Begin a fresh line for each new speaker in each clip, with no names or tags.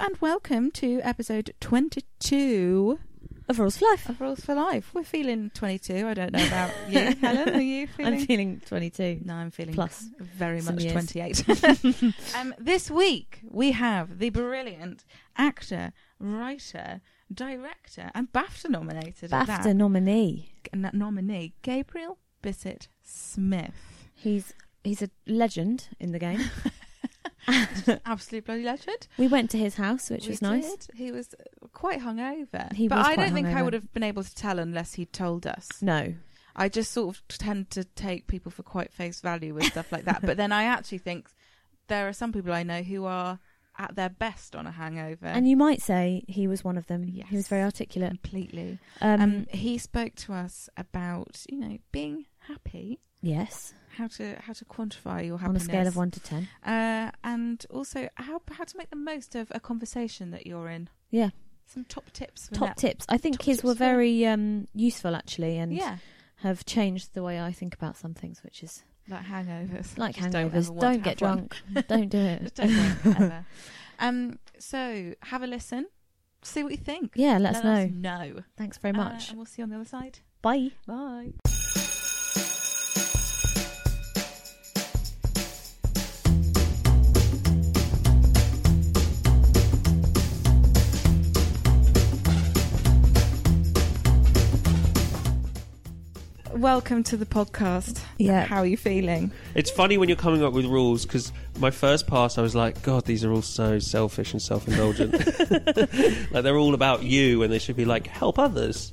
and welcome to episode 22
Of Rules for Life.
of Rules for Life. We're feeling 22. I don't know about you, Helen. Are you feeling?
I'm feeling 22.
no, I'm feeling
Plus
very
some
much
years.
28. um, this week we have the brilliant actor, writer, director, and BAFTA nominated at that,
BAFTA nominee.
n- nominee Gabriel Bissett Smith.
He's he's a legend in the game.
Absolute bloody legend.
we went to his house, which
We
was nice.
did. He was quite hungover.
He
but
was
I
quite
don't think I
hungover.
would have been able to tell unless he'd told us.
No,
I just sort of tend to take people for quite face value with stuff like that. But then I actually think there are some people I know who are at their best on a hangover.
and you might say he was one of them. He was
Yes.
very articulate.
completely.
Um,
Um, he spoke to us about you know being happy,
yes,
how to how to quantify your
on a
happiness
scale of one to ten.
uh, and also how how to make the most of a conversation that you're in.
Yeah.
some top tips. for
Top
that.
tips. I think
Top
his
tips
were
for-
very um, useful actually, and
Yeah,
have changed the way I think about some things, which is
like hangovers.
like
Just don't ever
hangovers.
want
Don't,
to
get
have one.
drunk. don't do it.
Just don't drink ever. Um, so have a listen, see what you think.
yeah, let us know.
know.
Thanks very
Uh,
much.
and we'll see you on the other side.
Bye.
Bye. Welcome to the podcast.
Yeah.
How are you feeling?
It's funny when you're coming up with rules because my first pass, I was like, God, these are all so selfish and self indulgent. like, they're all about you and they should be like, help others.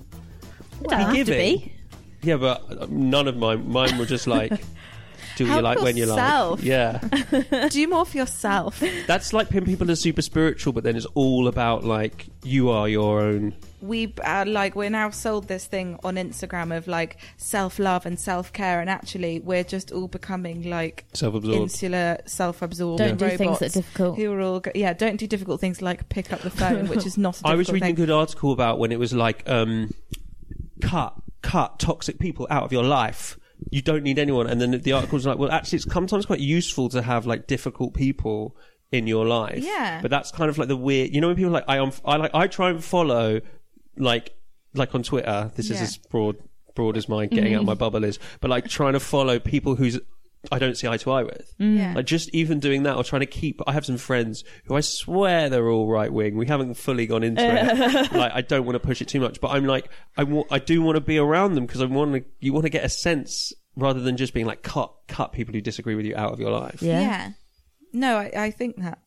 It don't have to
giving.
be.
Yeah, but uh, none of mine, mine were just like, do what you
Help
like when you
yourself.
like. Yeah.
Do more for yourself.
That's like pin people as super spiritual, but then it's all about like, you are your own.
we uh, like we're now sold this thing on Instagram of like self love and self care, and actually we're just all becoming like
Self absorbed.
insular, self absorbed
Don't do
robots
things that are difficult.
who are all go- yeah. Don't do difficult things like pick up the phone, which is not. A
I was
difficult
reading a
thing.
good article about when it was like, um, cut, cut toxic people out of your life. You don't need anyone. And then the article was like, well, actually, it's sometimes quite useful to have like difficult people in your life.
Yeah.
But that's kind of like the weird, you know, when people are like, I, unf- I like, I try and follow like, like on Twitter, this
Yeah. Mm-hmm.
is as broad, broad as my getting out of my bubble is, but like trying to follow people who's, I don't see eye to eye with.
Yeah.
Like just even doing that or trying to keep. I have some friends who I swear they're all right wing. We haven't fully gone into it. Like I don't want to push it too much, but I'm like I wa- I do want to be around them because I want to. You want to get a sense rather than just being like cut cut people who disagree with you out of your life.
Yeah.
yeah. No, I, I think that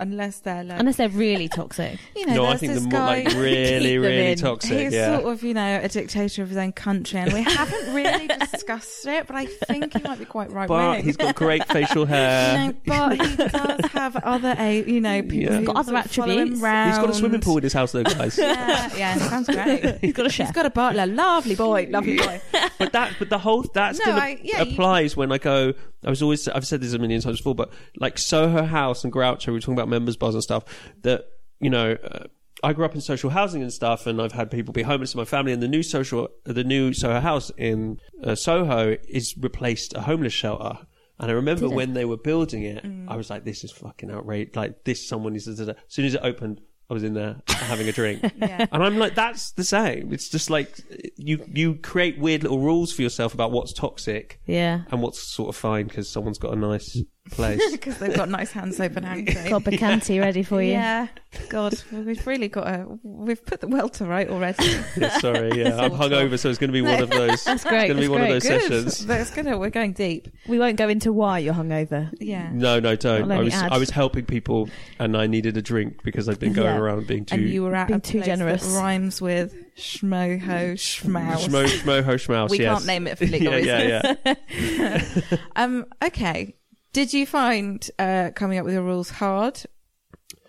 unless they're like
Unless they're really toxic.
you know,
no, I
there's
think
this
the more
guy.
like really
Keep them
really
in.
toxic.
He's
yeah.
sort of, you know, a dictator of his own country, and we haven't really discussed it, but I think he might be quite right
but
wing.
he's got great
No,
facial hair.
but he does have other, a you know, people
Um, Yeah.
who
Got other
sort of follow
attributes.
Him round.
He's got a swimming pool in his house though, guys.
Yeah, yeah, sounds great.
He's got a chef.
He's got a butler, lovely boy, lovely boy.
but that but the whole that
No,
still ap-
I- yeah, you-
applies when I go I was always I've said this a million times before but like Soho House and Groucho we were talking about members bars and stuff that you know uh, I grew up in social housing and stuff and I've had people be homeless in my family and the new social the new Soho House in uh, Soho is replaced a homeless shelter and I remember
Did it?
when they were building it
Mm.
I was like this is fucking outrageous like this someone is as soon as it opened I was in there having a drink
Yeah.
and I'm like, that's the same. It's just like you you create weird little rules for yourself about what's toxic
Yeah.
and what's sort of fine because someone's got a nice place.
Because they've got nice hands open hands.
Got Bacanti ready for you.
Yeah, God, we've really got a. We've put the well to right already.
Yeah, Sorry, yeah, I'm hungover, so it's going to be one of those.
That's great.
It's gonna be
that's
one of
great.
those
Good.
sessions.
That's gonna. We're going deep.
We won't go into why you're hungover.
Yeah.
No, no,
Well,
don't.
let
I
me
was
add.
I was helping people, and I needed a drink because I'd been going
Yeah.
around being too.
And you were at
Being
a
too
place
generous.
that rhymes with schmo ho schmouse.
Schmo, schmo, ho, schmouse,
we
yes.
can't name it for legal
yeah,
reasons.
yeah, yeah.
Um, okay. Did you find uh, coming up with your rules hard,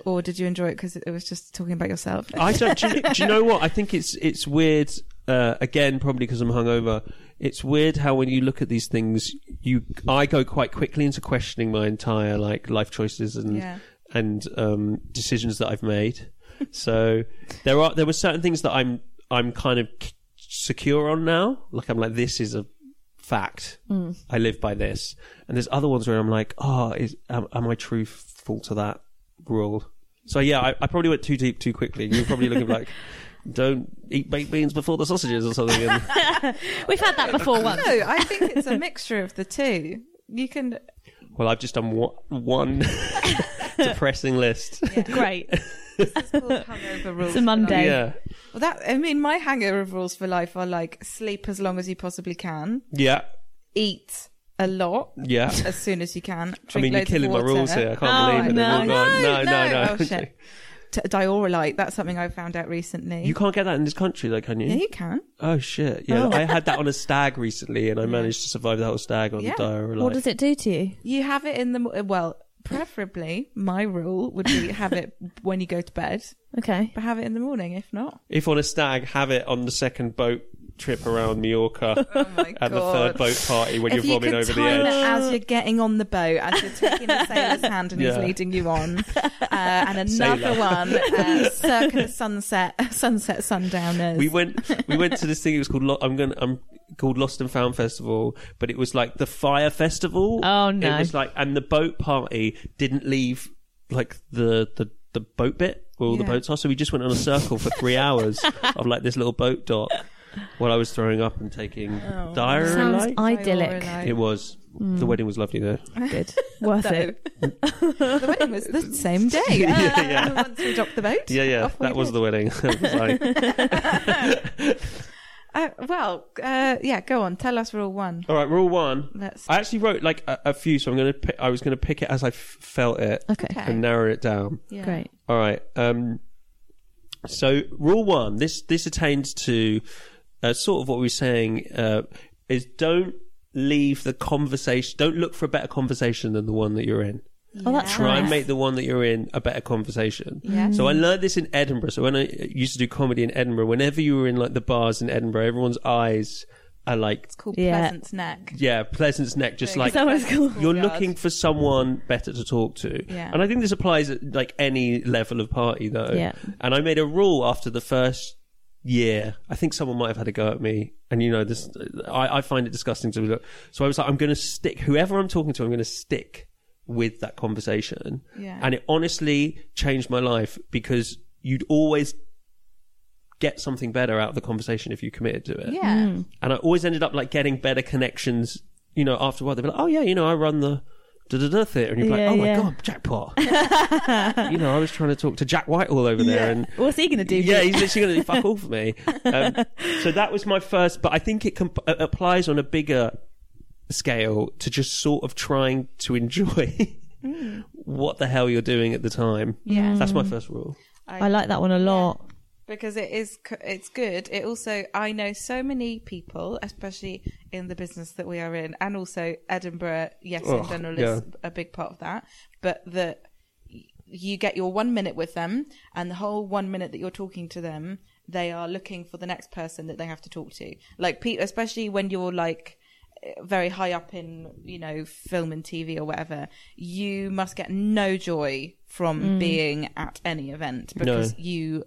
or did you enjoy it because it was just talking about yourself?
I don't. Do you, do you know what? I think it's it's weird. Uh, again, probably because I'm hungover. It's weird how when you look at these things, you I go quite quickly into questioning my entire like life choices and
Yeah.
and um, decisions that I've made. So there are there were certain things that I'm I'm kind of c- secure on now. Like I'm like this is a fact. I live by this. "Ah, And there's other ones where I'm like, oh, is am, am I truthful to that rule? So yeah, I, I probably went too deep too quickly. You're probably looking like, don't eat baked beans before the sausages or something. And
We've had that before
No,
once.
I think it's a mixture of the two. You can.
well, I've just done one, one depressing list.
Great.
It's called hangover rules.
It's a
for
Monday.
life.
Yeah,
Well, that I mean, my hangover rules for life are like sleep as long as you possibly can,
yeah,
eat a lot
yeah.
as soon as you can. Drink
I mean, you're
loads of
killing my
water.
rules here. I can't
Oh,
believe it. They've all
no.
gone.
No,
no,
no.
no.
Oh, shit. T- diorolite. That's something I found out recently.
You can't get that in this country, though, can you?
yeah, you can.
Oh shit! Yeah, I had that on a stag recently, and I managed to survive the whole stag on
Yeah.
the diorolite.
What does it do to you?
You have it in the mo- well. Preferably, my rule would be have it when you go to bed,
Okay.
but have it in the morning if not.
If on a stag, have it on the second boat trip around Mallorca
Oh my
at the third boat party when
if
you're
you
vomiting
could
over the
time
edge.
it as you're getting on the boat, as you're taking the sailor's hand and he's
Yeah.
leading you on, uh, and another
Sailor.
one, uh, circa the sunset, sunset sundowners.
We went, we went to this thing. It was called Lo- I'm going. to I'm called Lost and Found Festival, but it was like the fire festival.
Oh, no.
It was like, and the boat party didn't leave like the the the boat bit where all the
Yeah.
boats are. So we just went on a circle for three hours of like this little boat dock while I was throwing up and taking
Oh.
Sounds
diarrhea.
idyllic.
Diorolite.
It was.
Mm.
Mm.
The wedding was lovely though.
Good. Worth
So-
it.
the wedding was the same day.
Yeah, yeah.
Once we docked the boat.
Yeah, yeah,
Off we
that was
did.
the wedding. I was like,
Uh, well, uh, yeah. Go on. Tell us rule one.
All right, rule one.
Let's.
I actually wrote like a, a few, so I'm gonna. Pick, I was gonna pick it as I f- felt it
Okay.
Okay.
and narrow it down.
Yeah.
Great.
All right. Um, so rule one. This this attains to uh, sort of what we were saying uh, is don't leave the conversation. Don't look for a better conversation than the one that you're in.
Oh, that's
Try and
Nice.
make the one that you're in a better conversation.
Yeah.
So I learned this in Edinburgh. So when I used to do comedy in Edinburgh, whenever you were in like the bars in Edinburgh, everyone's eyes are like,
It's called
Yeah.
Pleasant's Neck.
yeah, Pleasant's neck, just like
that what it's called?
you're looking for someone better to talk to.
Oh Yeah.
And I think this applies at like any level of party though.
Yeah.
And I made a rule after the first year. I think someone might have had a go at me. And you know, this, I, I find it disgusting to look. So I was like, I'm going to stick, whoever I'm talking to, I'm going to stick with that conversation.
Yeah.
And it honestly changed my life because you'd always get something better out of the conversation if you committed to it.
Yeah.
Hmm.
And I always ended up like getting better connections, you know, after a while. They'd be like, oh, yeah, you know, I run the da da da theatre. And you're
Yeah,
like, oh
yeah.
my God, jackpot. you know, I was trying to talk to Jack Whitehall over there. And
What's he going to do?
yeah, he's literally going to fuck all for me. Um, so that was my first, but I think it comp- uh, applies on a bigger scale to just sort of trying to enjoy
Mm.
what the hell you're doing at the time.
Yeah.
That's my first rule.
I like that one a lot.
because it is c- it's good it also i know so many people especially in the business that we are in and also edinburgh yes in
Ugh,
general
yeah.
is a big part of that but that y- you get your one minute with them and the whole one minute that you're talking to them they are looking for the next person that they have to talk to like pe- especially when you're like eh, very high up in you know film and tv or whatever you must get no joy from being at any event because you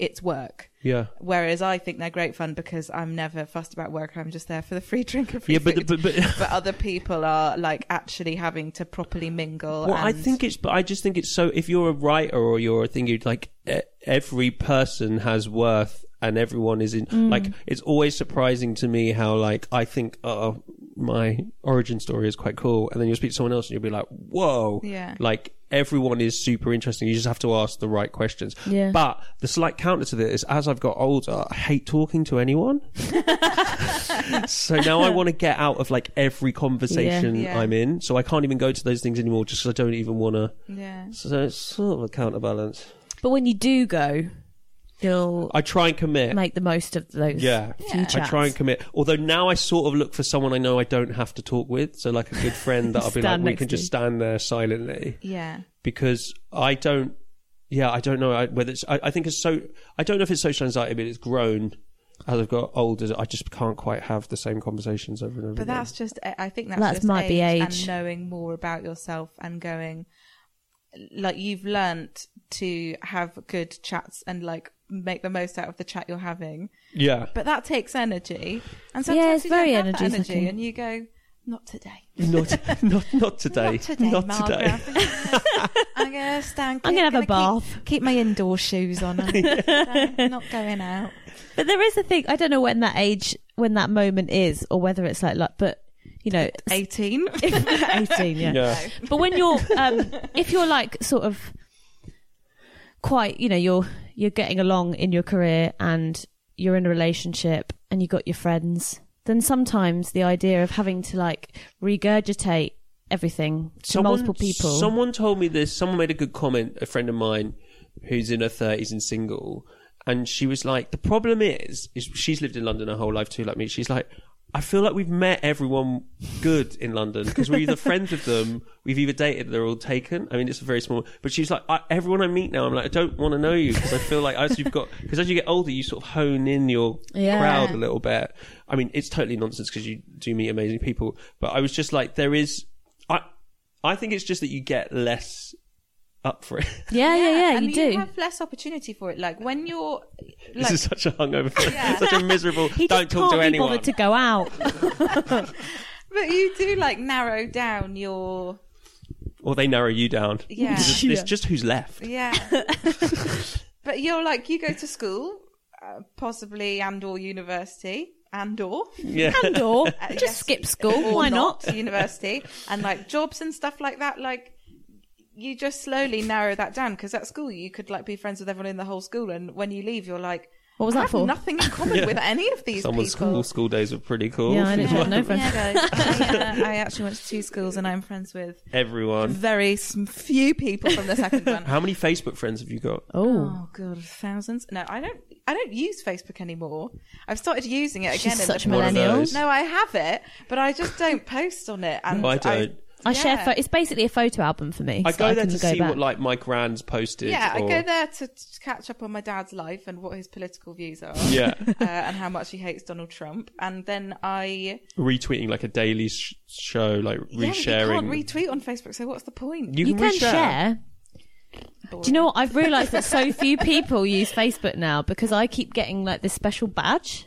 it's work
Yeah.
Whereas I think they're great fun because I'm never fussed about work. I'm just there for the free drink and free
Yeah,
food.
but, but, but
But other people are like actually having to properly mingle.
Well,
and
I think it's, but I just think it's so. If you're a writer or you're a thing, you'd like e- every person has worth, and everyone is in. Like, it's always surprising to me how like I think, oh, my origin story is quite cool, and then you'll speak to someone else and you'll be like, whoa,
Yeah.
like. Everyone is super interesting. You just have to ask the right questions.
Yeah.
But the slight counter to this is as I've got older, I hate talking to anyone. so now I want to get out of like every conversation
Yeah.
I'm in. So I can't even go to those things anymore just 'cause I don't even want to.
yeah,
So it's sort of a counterbalance.
But when you do go, you'll
I try and commit.
make the most of those.
yeah.
Few
I try and commit. Although now I sort of look for someone I know I don't have to talk with. So like a good friend that I'll be like,
Stand
we
next
can
to
just
you.
stand there silently
yeah,
because I don't. Yeah, I don't know I- whether it's. I, I think it's so. I don't know if it's social anxiety, but it's grown as I've got older. I just can't quite have the same conversations over and over.
but
again.
that's just. I I think that's
That's
just
might be
and
age.
knowing more about yourself and going like you've learnt to have good chats and like make the most out of the chat you're having.
yeah.
But that takes energy, and
Yeah,
sometimes
it's
you
very
don't have that
energy
energy,
sucking.
and you go, Not today.
Not, not, not today.
Not today,
Not
Margaret.
today.
I'm gonna stand.
I'm gonna have a
gonna Keep, keep my indoor shoes on. I'm I'm not going out.
But there is a thing. I don't know when that age, when that moment is, or whether it's like, like but you know,
Eighteen.
if, eighteen. Yeah.
Yeah.
But when you're, um, if you're like sort of quite, you know, you're you're getting along in your career and you're in a relationship and you got your friends, then sometimes the idea of having to like regurgitate everything to multiple people.
Someone told me this. Someone made a good comment. A friend of mine who's in her thirties and single, and she was like, "The problem is, is she's lived in London her whole life too, like me. She's like." I feel like we've met everyone good in London because we're either friends with them, we've either dated, they're all taken. I mean, it's a very small. But she's like, I, everyone I meet now, I'm like, I don't want to know you because I feel like as you've got, because as you get older, you sort of hone in your
Yeah.
crowd a little bit. I mean, it's totally nonsense because you do meet amazing people, but I was just like, there is, I, I think it's just that you get less up for it.
Oh, yeah, yeah, yeah,
and
you do.
have less opportunity for it. Like when you're,
this
like,
is such a hungover, thing.
Yeah.
such a miserable.
he
don't
just
talk
can't
to
be
anyone.
bothered to go out.
but you do like narrow down your.
or they narrow you down.
Yeah.
It's just, it's just who's left.
Yeah. but you're like you go to school, uh, possibly and or university and or
Yeah.
and or
Uh,
just
yes.
skip school.
or
Why not?
university and like jobs and stuff like that like you just slowly narrow that down because at school you could like be friends with everyone in the whole school and when you leave you're like
What was
I
that
have
for?
nothing in common with any of these
Someone's
people
school school days were pretty cool.
Yeah, I didn't have no friends.
yeah, guys. I, uh, I actually went to two schools and I'm friends with
Everyone.
very sm- few people from the second one.
How many Facebook friends have you got?
Oh,
Oh god, thousands. No, I don't. I don't use Facebook anymore. I've started using it again.
she's
in
such a
the
One of
millennial.
those.
No, I have it, but I just don't post on it. And
No, I don't.
I share.
Yeah.
Pho- it's basically a photo album for me.
I
so
go there
can
to see
back.
what like my grand's posted.
yeah,
or,
I go there to, to catch up on my dad's life and what his political views are.
Yeah.
Uh, and how much he hates Donald Trump, and then I
retweeting like a daily sh- show, like
Yeah, but
resharing.
you can't retweet on Facebook, so what's the point?
you can
reshare.
share. Do you know what? I've realised that so few people use Facebook now because I keep getting like this special badge.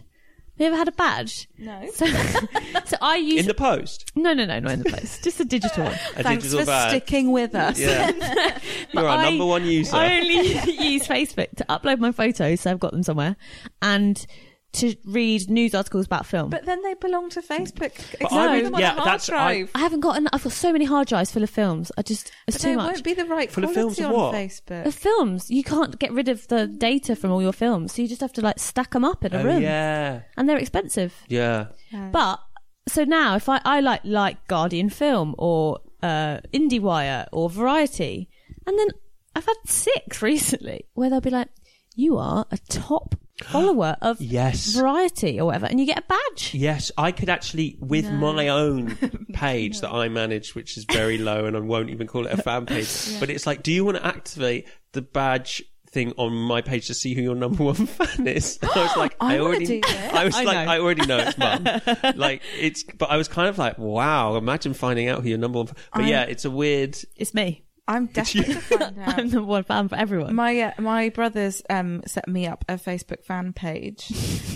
Have you ever had a badge?
No.
So, so I use
in the post.
no, no, no, not in the post, just a digital one.
A
Thanks
digital
for
bag.
sticking with us.
Yeah, you're
But
our
I-
number one user.
I only use Facebook to upload my photos, so I've got them somewhere, and to read news articles about film.
But then they belong to Facebook. Exactly.
I
I
would-
them on a
yeah,
hard
that's- I-
drive.
I haven't got. An- I've got so many hard drives full of films. I just it's
but
too
they
much.
won't be the right
Full of
quality
films
on
of what?
The
Facebook.
films you can't get rid of the data from all your films, so you just have to like stack them up in a
Oh,
room,
yeah,
and they're expensive.
yeah.
But so now, if I, I like like Guardian Film or uh, IndieWire or Variety, and then I've had six recently where they'll be like, "You are a top follower of
Yes.
Variety or whatever," and you get a badge.
Yes, I could actually, with my own page that I manage, which is very low and I won't even call it a fan page, but it's like, do you want to activate the badge thing on my page to see who your number one fan is? And I was like,
I
I,
wanna
already,
do that.
I was
I
like,
know.
I already know it's mum. like, it's, but I was kind of like, wow, imagine finding out who your number one, fa- but yeah, it's a weird,
It's me.
I'm desperate to find out.
I'm the one fan for everyone.
My uh, my brothers um, set me up a Facebook fan page,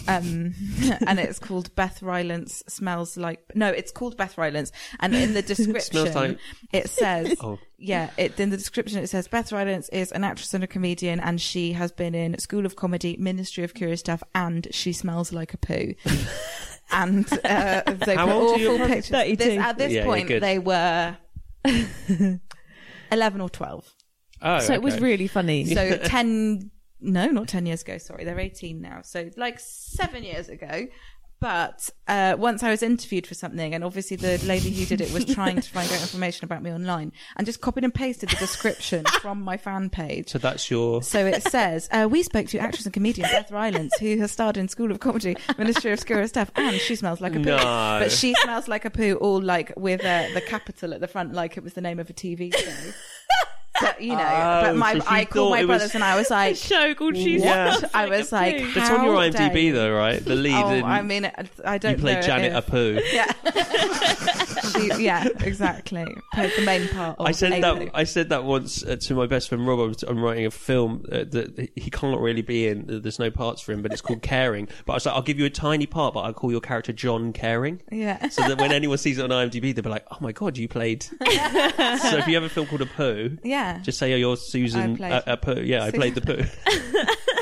um, and it's called Beth Rylance smells like no, it's called Beth Rylance, and in the description
like-
it says
Oh.
yeah, it, in the description it says Beth Rylance is an actress and a comedian, and she has been in School of Comedy, Ministry of Curious Stuff, and she smells like a poo. and uh, they
How
put
old are your
awful
brothers?
pictures.
32.
This- at this
Yeah, you're
point,
good.
they were eleven or twelve.
oh,
so it was
okay.
really funny.
So ten, no, not ten years ago. Sorry, they're eighteen now. So like seven years ago. But uh, once I was interviewed for something, and obviously the lady who did it was trying to find out information about me online, and just copied and pasted the description from my fan page.
So that's your,
So it says, uh, we spoke to actress and comedian Beth Rylance, who has starred in School of Comedy, Ministry of Obscura Stuff, and she smells like a poo.
No.
But she smells like a poo, all like with uh, the capital at the front, like it was the name of a TV show. But, you know,
Oh,
but my
so she
I called
thought
my
it was-
brothers and I was
A
like,
show called She's
Yeah.
What?
I was like,
please.
But it's on your
how dare
IMDb
you?
though, right? The lead
Oh,
in
I mean, I- I don't.
you play
know
Janet
if-
Apu.
Yeah. She- yeah, exactly. Played the main part. Of
I said
Apu.
that I said that once uh, to my best friend Rob. I was- I'm writing a film uh, that he can't really be in. that There's no parts for him, but it's called Caring. But I was like, I'll give you a tiny part, but I'll call your character John Caring.
Yeah.
So that when anyone sees it on IMDb, they'll be like, "Oh my god, you played." so if you have a film called a poo,
Yeah.
just say, "Oh, you're
I
Susan
played-
uh, a poo." Yeah, I
Susan-
played the poo.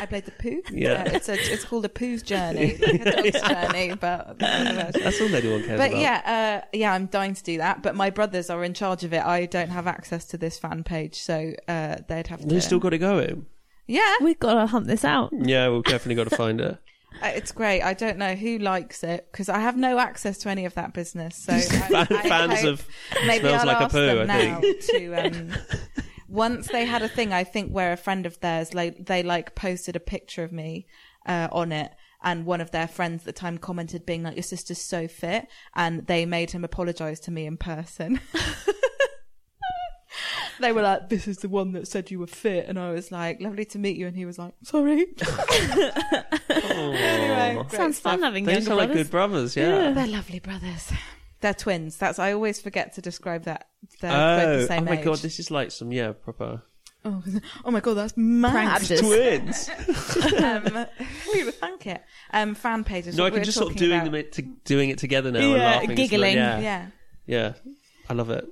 I played the poo.
Yeah.
it's a, it's called a poo's journey, like a dog's journey, but
That's all anyone cares
but
about.
yeah, uh, yeah, I'm dying to do that. But my brothers are in charge of it. I don't have access to this fan page, so uh, they'd have
They
to.
still got it going.
yeah,
We've got to hunt this out.
Yeah, we've definitely got to find it.
Uh, it's great. I don't know who likes it because I have no access to any of that business. So I,
Fan-
I
fans
hope-
of
maybe
Smells
I'll
Like a
ask
Poo,
them
I
now to. Um, once they had a thing, I think where a friend of theirs, like they like posted a picture of me uh, on it. And one of their friends at the time commented, being like, "Your sister's so fit," and they made him apologize to me in person. they were like, "This is the one that said you were fit," and I was like, "Lovely to meet you," and he was like, "Sorry." anyway, great
Sounds
stuff.
fun having
They
younger
sound like
brothers.
good brothers. Yeah.
They're lovely brothers. They're twins. That's I always forget to describe that. They're both
Oh,
the same
oh my
age.
god, this is like some yeah proper
oh, oh my god, that's mad.
Pranksters.
twins.
um, we would thank it. Um, fan pages.
no,
what
I
we
can
were
just sort of
talking
doing
about.
them it to, doing it together now. and
Yeah,
laughing. It's
giggling.
Like, yeah,
Yeah.
yeah, I love it.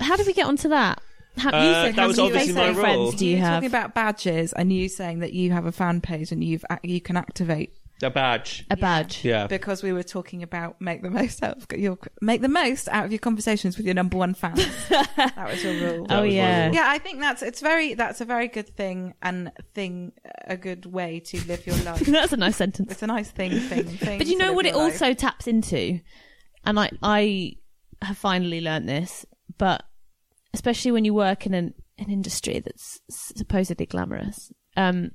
How did we get onto that? How,
Uh,
you said
that
how
was
many
obviously
Facebook
my role.
friends do you
were
have?
talking about badges and you saying that you have a fan page and you've ac- you can activate
A badge.
a badge.
Yeah.
because we were talking about make the most out of your make the most out of your conversations with your number one fans. that was your rule.
That
Oh,
was my
yeah.
rule.
yeah i think that's it's very that's a very good thing and thing a good way to live your life
That's a nice sentence.
it's a nice thing thing thing
But you
to
know
live
what it
your life.
also taps into, and I I have finally learned this, but especially when you work in an an industry that's supposedly glamorous, um,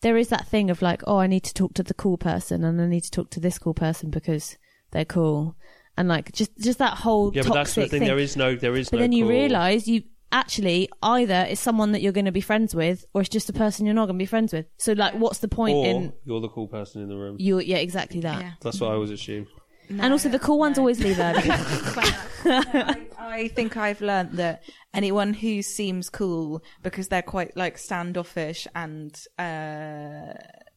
there is that thing of like, oh, I need to talk to the cool person, and I need to talk to this cool person because they're cool, and like just just that whole
Yeah, but
toxic
that's the thing.
thing.
There is no, there is
but
no.
then you
cool-
realize you actually either it's someone that you're going to be friends with, or it's just a person you're not going to be friends with. So like, what's the point
or
in
you're the cool person in the room.
you? Yeah, exactly that.
Yeah.
That's what I always assume.
and also, the cool ones
no.
always leave early.
I, I think I've learnt that anyone who seems cool because they're quite like standoffish and uh,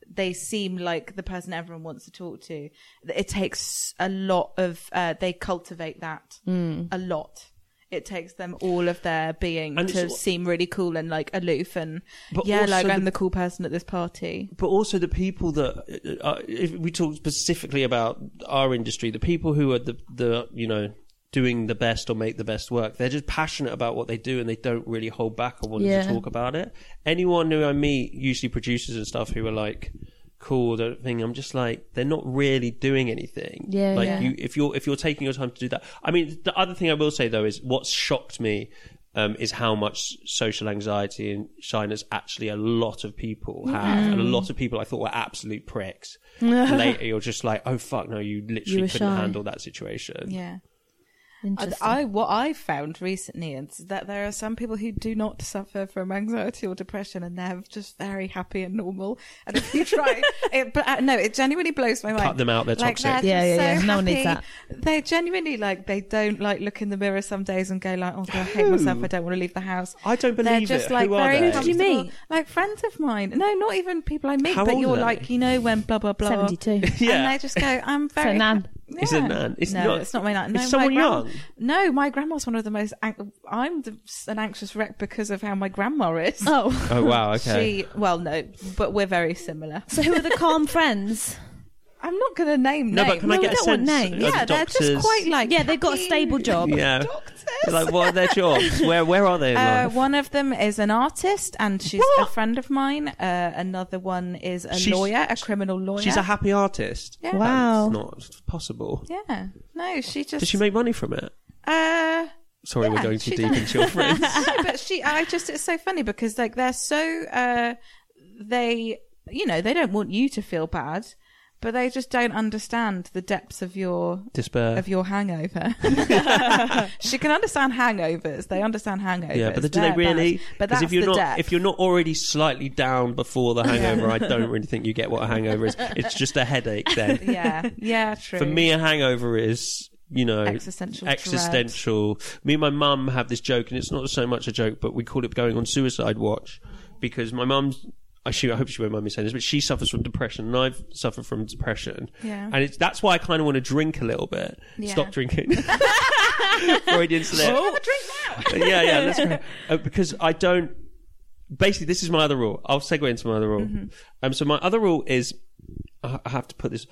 they seem like the person everyone wants to talk to. that It takes a lot of uh, they cultivate that a lot. It takes them all of their being
And
to
it's-
seem really cool and like aloof and
But
yeah,
also
like I'm the
the-
cool person at this party.
But also the people that uh, uh, if we talk specifically about our industry, the people who are the the you know doing the best or make the best work, they're just passionate about what they do and they don't really hold back on wanting
Yeah.
to talk about it. Anyone who I meet, usually producers and stuff, who are like cool, don't think I'm just like they're not really doing anything.
Yeah,
like
yeah.
you if you're if you're taking your time to do that. I mean, the other thing I will say though is what's shocked me um, is how much social anxiety and shyness actually a lot of people have,
Mm-hmm.
and a lot of people I thought were absolute pricks. Later, you're just like, oh fuck, no, you literally
were shy.
couldn't handle that situation.
Yeah. I,
Interesting.
I what I found recently is that there are some people who do not suffer from anxiety or depression, and they're just very happy and normal. And if you try, it, but uh, no, it genuinely blows my mind.
them out, they're
like,
toxic.
Yeah,
just
yeah,
so
yeah. No one needs
happy. They genuinely like they don't like look in the mirror some days and go like, oh god, I hate myself. I don't want to leave the house.
I don't believe
they're just
it.
like
Who are
very
they?
Who did you meet?
comfortable. Like friends of mine. No, not even people I meet.
How
but
old
you're
are they?
like, you know, when blah blah blah.
72.
Yeah.
And they just go, I'm very.
Nan.
It's a nan. It's
no,
not-
it's not my nan.
it's
No, my
someone
grandma-
young.
No, my grandma's one of the most. An- I'm the, an anxious wreck because of how my grandma is.
oh,
Oh wow, okay.
She, well, no, but we're very similar.
so who are the calm friends?
I'm not going to name
no,
names.
but can I
No,
get
we
a
don't want
sense?
names.
of the
yeah, they're just
doctors?
quite like
Yeah, they've got a
happy
stable job.
yeah.
doctors.
like what are their jobs? Where where are they in
Uh,
life?
one of them is an artist, and she's a
What?
friend of mine. Uh, another one is a
She's-
lawyer, a criminal lawyer.
She's a happy artist.
Yeah.
Wow.
That's not possible.
yeah. No, she just.
Does she make money from it?
uh,
Sorry, we're
Yeah,
going too
she
deep
does.
into your friends.
no, but she, I just, it's so funny because like they're so, uh, they, you know, they don't want you to feel bad. But they just don't understand the depths of your
Despair.
of your hangover. she can understand hangovers. They understand hangovers.
yeah, but do
They're
they
bad.
really?
But
'Cause
that's
if you're
the
not
depth.
if you're not already slightly down before the hangover, I don't really think you get what a hangover is. It's just a headache. Then
yeah, yeah, true.
for me, a hangover is you know
Existential
existential. Me and my mum have this joke, and it's not so much a joke, but we call it going on suicide watch because my mum's. I, she, I hope she won't mind me saying this, but she suffers from depression, and I've suffered from depression,
Yeah.
and it's, that's why I kind of want to drink a little bit.
Yeah.
Stop drinking. Freudian slip.
Oh, drink now.
yeah, yeah, that's great. Uh, because I don't. Basically, this is my other rule. I'll segue into my other rule. Um, so my other rule is, I I have to put this.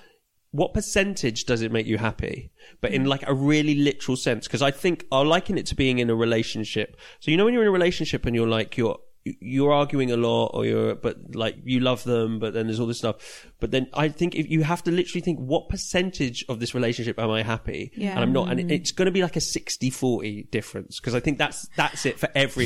What percentage does it make you happy? But in like a really literal sense, because I think I liken it to being in a relationship. So you know when you're in a relationship and you're like you're you're arguing a lot or you're but like you love them but then there's all this stuff but then i think if you have to literally think what percentage of this relationship am i happy
Yeah.
and i'm not
Mm.
and it's going to be like a 60 40 difference because i think that's that's it for every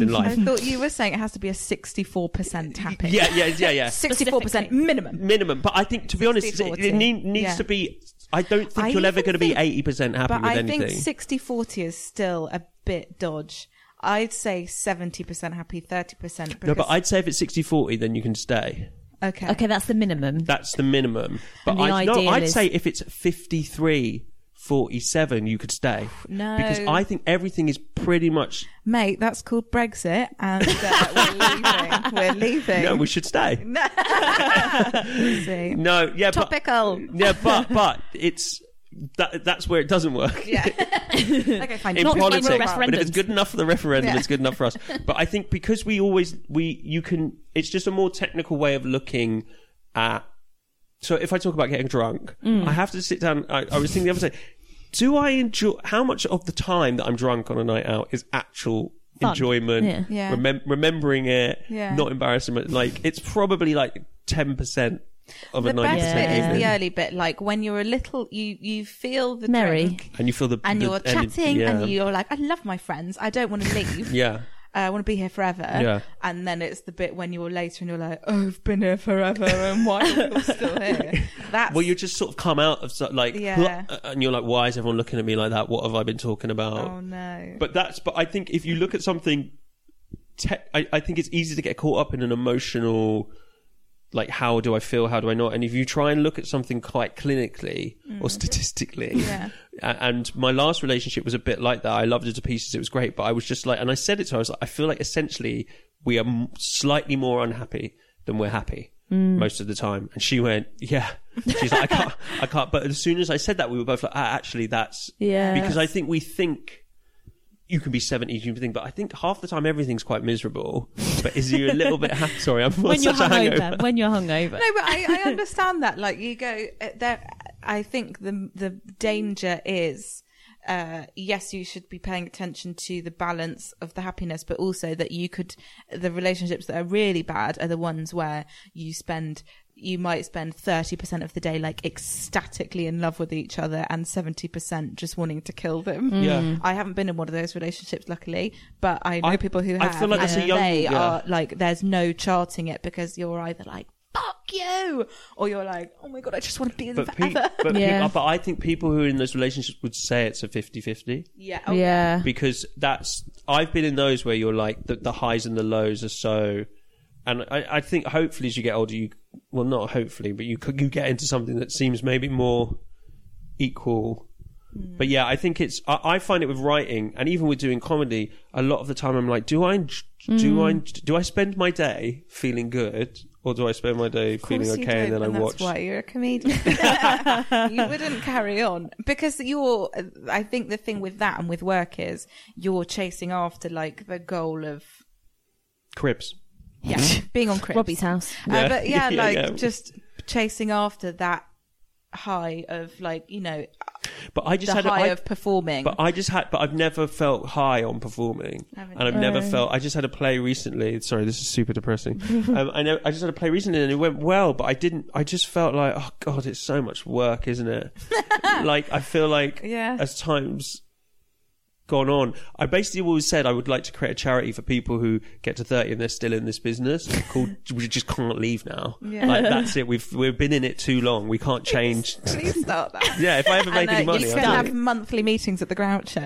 in
I
life
thought you were saying it has to be a sixty-four percent happy.
yeah yeah yeah yeah
sixty-four percent minimum.
minimum but i think to be honest
60,
it,
40.
it need, needs
Yeah.
to be i don't think
I
you're ever
even
going to be
think-
80% happy
But
with
I
anything
think 60-40 is still a bit dodge. I'd say seventy percent happy, thirty percent.
no but i'd say if it's 60 40 then you can stay
okay,
Okay, that's the minimum.
that's the minimum but
And the
i no
ideal
i'd
is-
say if it's 53 47 you could stay
No.
because i think everything is pretty much
mate, that's called Brexit, and uh, we're leaving. We're leaving.
no we should stay
See.
no yeah but-
Topical.
yeah but but it's that, that's where it doesn't work
Yeah. okay, fine.
in
Not the
politics.
general
But if it's
referendums.
good enough for the referendum,
Yeah.
it's good enough for us. But I think because we always we you can it's just a more technical way of looking at. So if I talk about getting drunk,
Mm.
I have to sit down. I, I was thinking the other day, do I enjoy how much of the time that I'm drunk on a night out is actual
Fun.
enjoyment,
Yeah.
Yeah.
remem- remembering it,
Yeah.
not embarrassment. Like it's probably like ten percent of a
The
ninety
best
percent
bit
evening,
is the early bit, like when you're a little, you you feel the
Merry.
drink,
and you feel the
uh, and
the
you're
energy-
chatting,
yeah.
and you're like, I love my friends. I don't want to leave.
yeah.
uh, I want to be here forever.
Yeah.
And then it's the bit when you're later and you're like, oh, I've been here forever, and why are we all still here? That's
Well, you just sort of come out of so- like,
Yeah.
and you're like, why is everyone looking at me like that? What have I been talking about?
oh no.
But that's, but I think if you look at something, te- I, I think it's easy to get caught up in an emotional, like, how do I feel? How do I not? And if you try and look at something quite clinically or statistically,
Yeah.
a- and my last relationship was a bit like that. I loved it to pieces. It was great, but I was just like, and I said it to her, I was like, I feel like essentially we are m- slightly more unhappy than we're happy. Most of the time, and she went, "Yeah." She's like, "I can't, I can't." But as soon as I said that, we were both like, ah, "Actually, that's
Yeah.
Because I think we think you can be 70, you can be thing, but I think half the time everything's quite miserable. But is you a little bit happy? Sorry, I'm
When you're
such a
hungover,
hangover.
when you're hungover,
No, but I, I understand that. Like you go uh, there. I think the the danger is. Uh, yes, you should be paying attention to the balance of the happiness, but also that you could, the relationships that are really bad are the ones where you spend, you might spend 30% of the day like ecstatically in love with each other and 70% just wanting to kill them.
Yeah.
I haven't been in one of those relationships, luckily, but I know
I-
people who
I
have.
feel like that's a
and
young-
they
yeah.
are like there's no charting it because you're either like fuck you or you're like oh my god i just want to be in
But,
forever
pe- but,
Yeah.
people, but I think people who are in those relationships would say it's a 50 50
yeah oh,
yeah,
because that's, I've been in those where you're like, the, the highs and the lows are so, and I, I think hopefully as you get older, you, well, not hopefully, but you, could- you get into something that seems maybe more equal.
Mm.
But yeah, I think it's. I, I find it with writing, and even with doing comedy, a lot of the time I'm like, do I en- do I en-
Mm.
do I spend my day feeling good, or do I spend my day
Of course
feeling
you
okay, and
don't,
then I
that's
watch?
why you're a comedian. you wouldn't carry on because you're. uh, I think the thing with that and with work is you're chasing after like the goal of
Cribs.
yeah being on Cribs.
Robbie's house.
Uh,
Yeah.
but yeah,
Yeah,
like
yeah.
just chasing after that high of like you know
But I just
the
had. a-
high
I-
of performing.
but I just had. But I've never felt high on performing,
Haven't
and I've never felt. I just had a play recently. Sorry, this is super depressing. um, I know. I just had a play recently, and it went well, but I didn't. I just felt like, oh god, it's so much work, isn't it? like I feel like
Yeah.
as times gone on. I basically always said I would like to create a charity for people who get to 30 and they're still in this business called We Just Can't Leave Now.
Yeah.
Like, that's it. We've, we've been in it too long. We can't change.
Please start that.
yeah, if I ever
And,
make
uh,
any money,
you
I'll
can
do
have monthly meetings at the Groucho.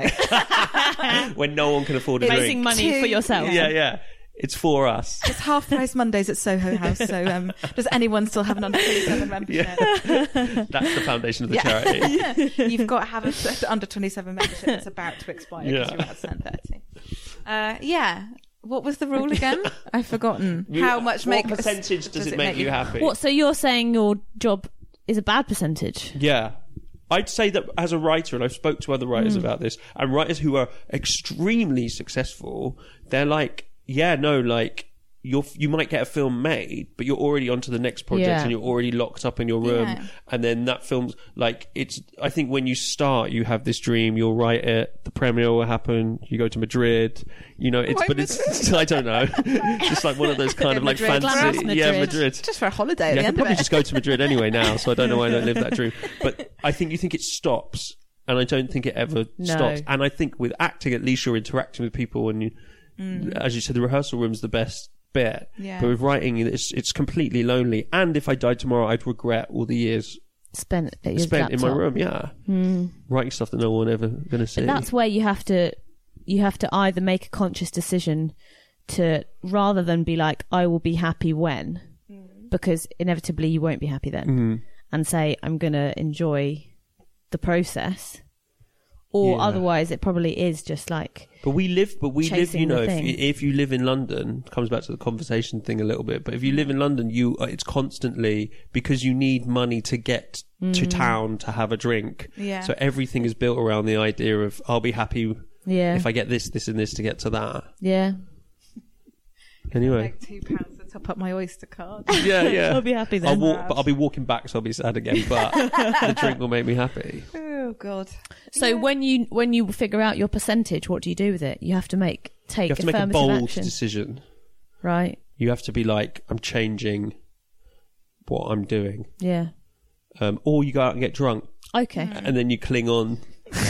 it. when no one can afford a
Raising
drink.
money
Two-
for yourself.
Yeah, yeah. It's for us.
It's half price Mondays at Soho House. So, um, does anyone still have an under 27 membership?
That's the foundation of the
Yeah.
charity.
You've got to have an under 27 membership that's about to expire because
Yeah.
you're about to turn 30. Uh, yeah. What was the rule again? I've forgotten. How much
what
make
percentage does, it make, you happy?
What? So you're saying your job is a bad percentage?
Yeah. I'd say that as a writer, and I've spoke to other writers about this, and writers who are extremely successful, they're like, yeah, no, like you you might get a film made, but you're already onto the next project,
Yeah.
and you're already locked up in your room,
Yeah.
and then that film's like it's. I think when you start, you have this dream, you'll write it, the premiere will happen, you go to Madrid, you know, it's
Why
but it's I don't know, just like one of those kind of like
Madrid.
fancy,
Glamorous
yeah,
Madrid.
Madrid.
Just for a holiday at the
Yeah, I could
end of
probably
it.
just go to Madrid anyway now, so I don't know why I don't live that dream. But I think you think it stops, and I don't think it ever
No.
stops. And I think with acting, at least you're interacting with people, and you, as you said, the rehearsal room's the best bit.
Mm. Yeah.
But with writing, it's it's completely lonely. And if I died tomorrow, I'd regret all the years
Spent at your
spent in my
laptop. Hmm.
room. Yeah, writing stuff that no one ever going to see.
But that's where you have to you have to either make a conscious decision to rather than be like I will be happy when because inevitably you won't be happy then
Mm-hmm.
and say I'm going to enjoy the process or
Yeah.
otherwise it probably is just like
But we live, but we live,
Chasing
you
the
know, if
thing.
you, if you live in London, it comes back to the conversation thing a little bit, but if you live in London, you, uh, it's constantly because you need money to get to
Mm.
town to have a drink.
Yeah.
So everything is built around the idea of, I'll be happy
yeah
if I get this, this and this to get to that.
yeah
Anyway.
Like two pounds to top up my Oyster card.
yeah, yeah.
I'll be happy
I'll
then
walk, but I'll be walking back, so I'll be sad again, but the drink will make me happy.
Oh, God.
so when you when you figure out your percentage what do you do with it you have to make take
You have to make a
affirmative
bold
action
decision.
right
You have to be like, I'm changing what I'm doing.
yeah
Um, or you go out and get drunk.
okay
and then you cling on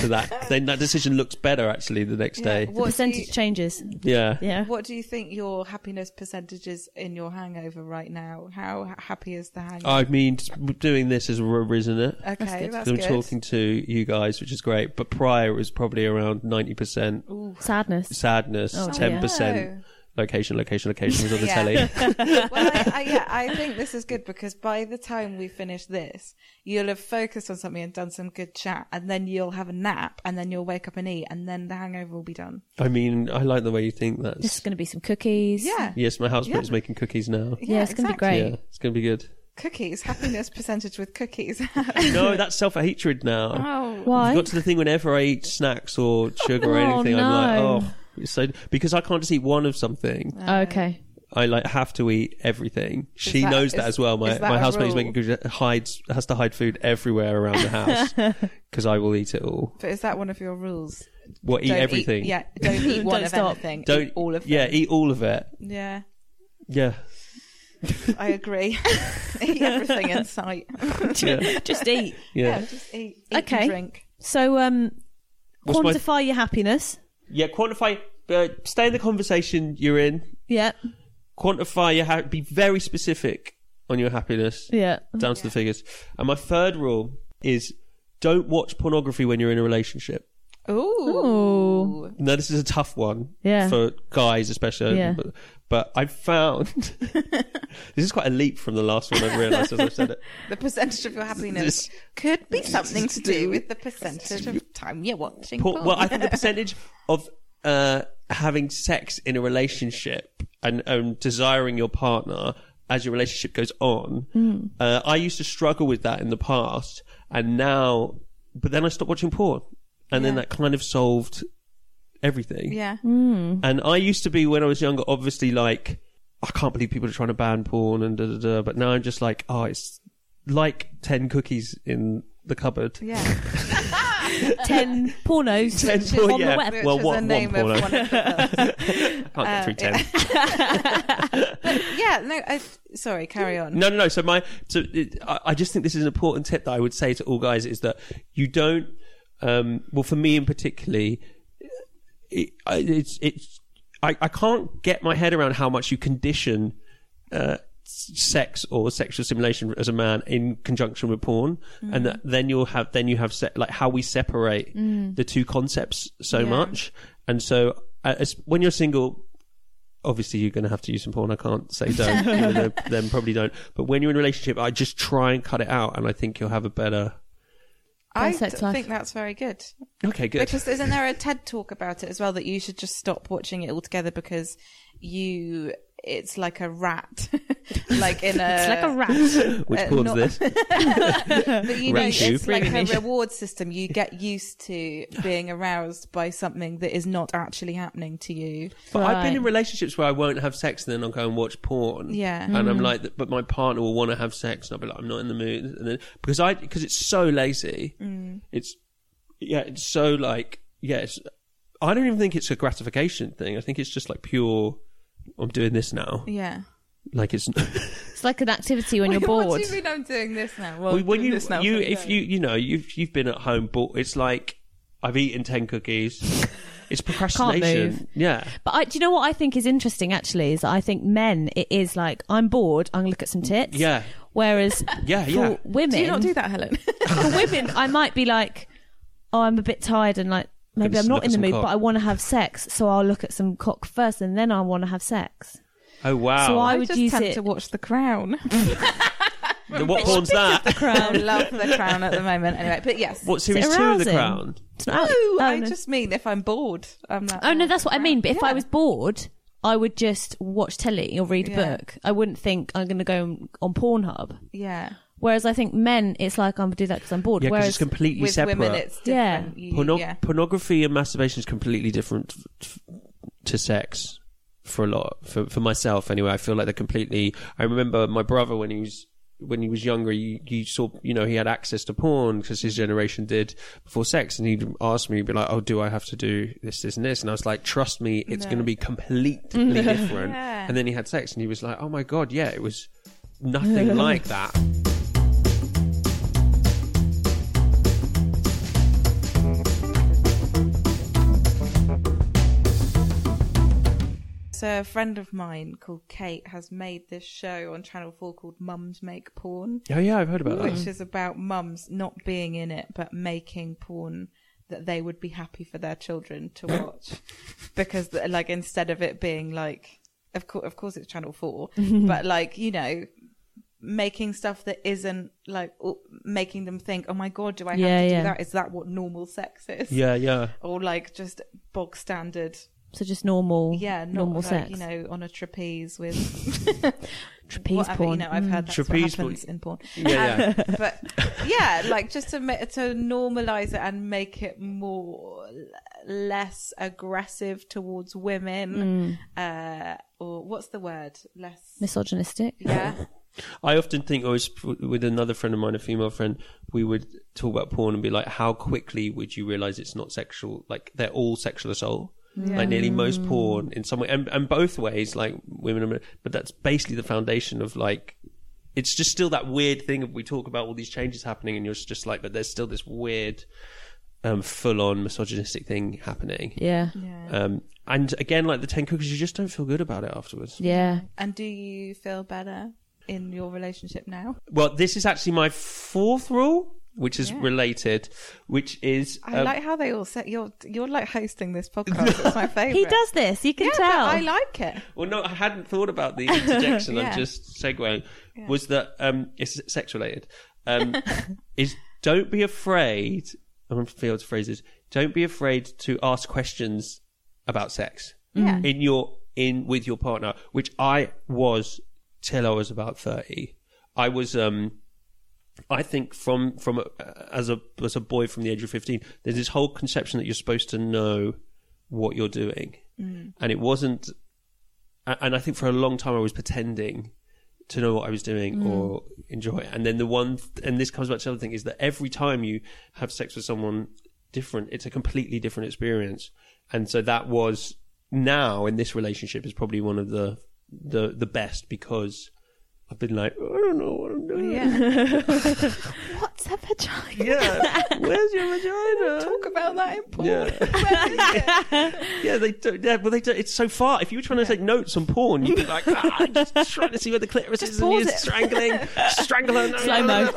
to that. then that decision looks better actually the next day.
the
What do,
percentage
you,
changes
Yeah.
yeah
what do you think your happiness percentage is in your hangover right now? How h- happy is the hangover?
I mean, just doing this has risen it.
okay, that's
I'm
good.
talking to you guys, which is great. But prior it was probably around ninety percent
sadness
sadness,
Oh,
ten
no.
percent location, location, location was on the
Yeah.
telly.
well, I, I, yeah, I think this is good because by the time we finish this, you'll have focused on something and done some good chat, and then you'll have a nap, and then you'll wake up and eat, and then the hangover will be done.
I mean, I like the way you think
This is
that's
going to be some cookies.
Yeah.
Yes, my housemate's
Yeah.
making cookies now.
Yeah, it's gonna be great.
Yeah, it's gonna be good.
Cookies, happiness percentage with cookies.
No, that's self hatred now.
oh,
Why?
I've got to the thing whenever I eat snacks or sugar or
Oh,
anything, I'm
no.
like, oh, it's so because I can't just eat one of something.
Oh, okay.
I like have to eat everything. She
that-
knows that
is-
as well. My
is that
my
a
housemate's
rule?
making good hides has to hide food everywhere around the house because I will eat it all.
but is that one of your rules?
Well, eat
Don't
everything.
yeah, don't eat one
Don't
of
stop.
anything.
Don't
eat all of them.
yeah, eat all of it.
Yeah,
Yeah,
I agree. eat everything in sight.
yeah,
Just eat.
Yeah,
yeah.
just eat. eat
Okay.
And drink.
So, um,
What's my-
quantify your happiness.
yeah. Quantify. Uh, stay in the conversation you're in.
Yeah.
Quantify your. Ha- be very specific on your happiness.
Yeah.
down to the figures. And my third rule is don't watch pornography when you're in a relationship.
Ooh.
Ooh.
Now, this is a tough one
Yeah.
for guys, especially.
Yeah.
But, but I've found this is quite a leap from the last one. I've realised as I've said it.
The percentage of your happiness
This-
could be something to do with the percentage of time you're watching
Por-
porn.
well, I think the percentage of uh, having sex in a relationship and um, desiring your partner as your relationship goes on, uh, I used to struggle with that in the past, and now, but then I stopped watching porn, and then
Yeah.
that kind of solved everything.
yeah.
And I used to be when I was younger, obviously like I can't believe people are trying to ban porn and da da da. But now I'm just like, oh, it's like ten cookies in the cupboard.
Yeah.
Ten pornos.
Ten
which is
porn,
on
yeah.
the web.
Well,
Which is
what-
the
one
name of
porno.
one of the
I can't get
Uh,
through ten.
films. Yeah, no, I, sorry, carry on.
No, no, no. So my, so it, I, I just think this is an important tip that I would say to all guys is that you don't. Um, well, for me in particularly, it, I- it's it's I, I can't get my head around how much you condition uh, s- sex or sexual stimulation as a man in conjunction with porn, and that then you'll have then you have se- like how we separate the two concepts so
Yeah.
much, and so uh, as, when you're single. Obviously, you're going to have to use some porn. I can't say don't. even though then probably don't. But when you're in a relationship, I just try and cut it out, and I think you'll have a better.
I
Concept
d-
life.
think that's very good.
Okay, good.
Because isn't there a TED talk about it as well that you should just stop watching it altogether because you it's like a rat, like in a
it's like a rat.
Which
uh,
porn's
not-
this?
But you know,
Rat
it's
tube.
like a reward system. You get used to being aroused by something that is not actually happening to you.
But I've been
Right.
in relationships where I won't have sex and then I'll go and watch porn.
Yeah. Mm-hmm.
And I'm like, but my partner will want to have sex and I'll be like, I'm not in the mood. And then, because I, because it's so lazy.
Mm.
It's, yeah, it's so like, yeah, it's, I don't even think it's a gratification thing. I think it's just like pure, I'm doing this now.
Yeah.
Like it's,
It's like an activity when you're
What
bored.
do you mean I'm doing this now? Well,
Well, when
doing
you,
this now
you,
for
if
me.
you, you know, you've, you've been at home, but it's like, I've eaten 10 cookies. It's procrastination.
move.
Yeah.
But I, do you know what I think is interesting? Actually, is that I think men it is like I'm bored. I'm gonna look at some tits.
Yeah.
Whereas
Yeah,
for
yeah.
women,
do you not do that, Helen?
for women, I might be like, oh, I'm a bit tired and like maybe
Gonna
I'm
look
not
at
in the
some
mood,
cock.
but I want to have sex, so I'll look at some cock first, and then I want to have sex.
Oh, wow.
So I
I
would
just
use
tend
it.
to watch The Crown.
what porn's that?
I love The Crown at the moment. Anyway, but yes.
What series
Is it
two of The
arousing?
Crown?
It's not out-
No,
oh,
I
no.
just mean if I'm bored, I'm like.
Oh no, that's what I mean. But if I
Yeah.
was bored, I would just watch telly or read a
Yeah.
book. I wouldn't think I'm going to go on- on Pornhub.
Yeah.
Whereas I think men, it's like I'm going to do that because I'm bored.
Yeah, because
Whereas
it's completely
With
separate.
women, it's
Yeah.
different. You-
Porno-
yeah.
Pornography and masturbation is completely different f- f- to sex for a lot. For for myself, anyway, I feel like they're completely. I remember my brother when he was when he was younger. You, you saw, you know, he had access to porn because his generation did before sex, and he'd ask me, he'd be like, "Oh, do I have to do this, this, and this?" And I was like, "Trust me, it's
No.
going to be completely different."
Yeah.
And then he had sex, and he was like, "Oh my god, yeah, it was nothing like that."
So a friend of mine called Kate has made this show on Channel 4 called Mums Make Porn,
Oh yeah, I've heard about that.
which
um,
is about mums not being in it but making porn that they would be happy for their children to watch because the- like instead of it being like of course of course it's Channel 4 but like you know making stuff that isn't like oh, making them think oh my god do I have
Yeah,
to
yeah.
do that is that what normal sex is
Yeah, yeah.
or like just bog standard
so just normal,
yeah not
normal
like,
sex,
you know on a trapeze with
trapeze
whatever,
porn. Mm.
You know, I've heard that's what
Trapeze porn.
happens in porn.
Yeah,
Um, but yeah, like just to ma- to normalize it and make it more less aggressive towards
Mm.
women, uh, or what's the word? Less.
misogynistic.
Yeah,
I often think, I was with another friend of mine, a female friend, we would talk about porn and be like, how quickly would you realize it's not sexual? Like, they're all sexual assault. Like, nearly most porn in some way, and, and both ways, like women and men, but that's basically the foundation of like, it's just still that weird thing of we talk about all these changes happening and you're just like, but there's still this weird, um, full on misogynistic thing happening.
Yeah,
yeah. Uh,
Um, and again, like the 10 cookies, you just don't feel good about it afterwards.
yeah.
And do you feel better in your relationship now?
Well, this is actually my fourth rule, which is
Yeah.
related, which is
I
um,
like how they all set. You're you're like hosting this podcast. it's my favorite.
He does this. You can
Yeah, but
tell.
I like it.
well, no, I hadn't thought about the interjection.
Yeah.
I'm just segueing. Was that um, it's sex related? Um, is don't be afraid. I'm going to field phrases. Don't be afraid to ask questions about sex
Yeah.
in your in with your partner, which I was till I was about thirty. I was um, I think from from a, as a as a boy from the age of fifteen, there's this whole conception that you're supposed to know what you're doing,
Mm.
and it wasn't. a- And I think for a long time I was pretending to know what I was doing or enjoy it. And then the one, and this comes back to the other thing, is that every time you have sex with someone different, it's a completely different experience. And so that was now in this relationship is probably one of the the the "Oh, best because I've been like I don't know what I'm doing.
Yeah.
What's her vagina?
Yeah. Where's your vagina?
Talk about that in porn.
Yeah. yeah, they don't. Yeah, well, they don't. It's so far. If you were trying to take notes on porn, you'd be like, ah, I'm just trying to see where the clitoris is and
pause
you're
it.
strangling, strangle her.
Slow mo.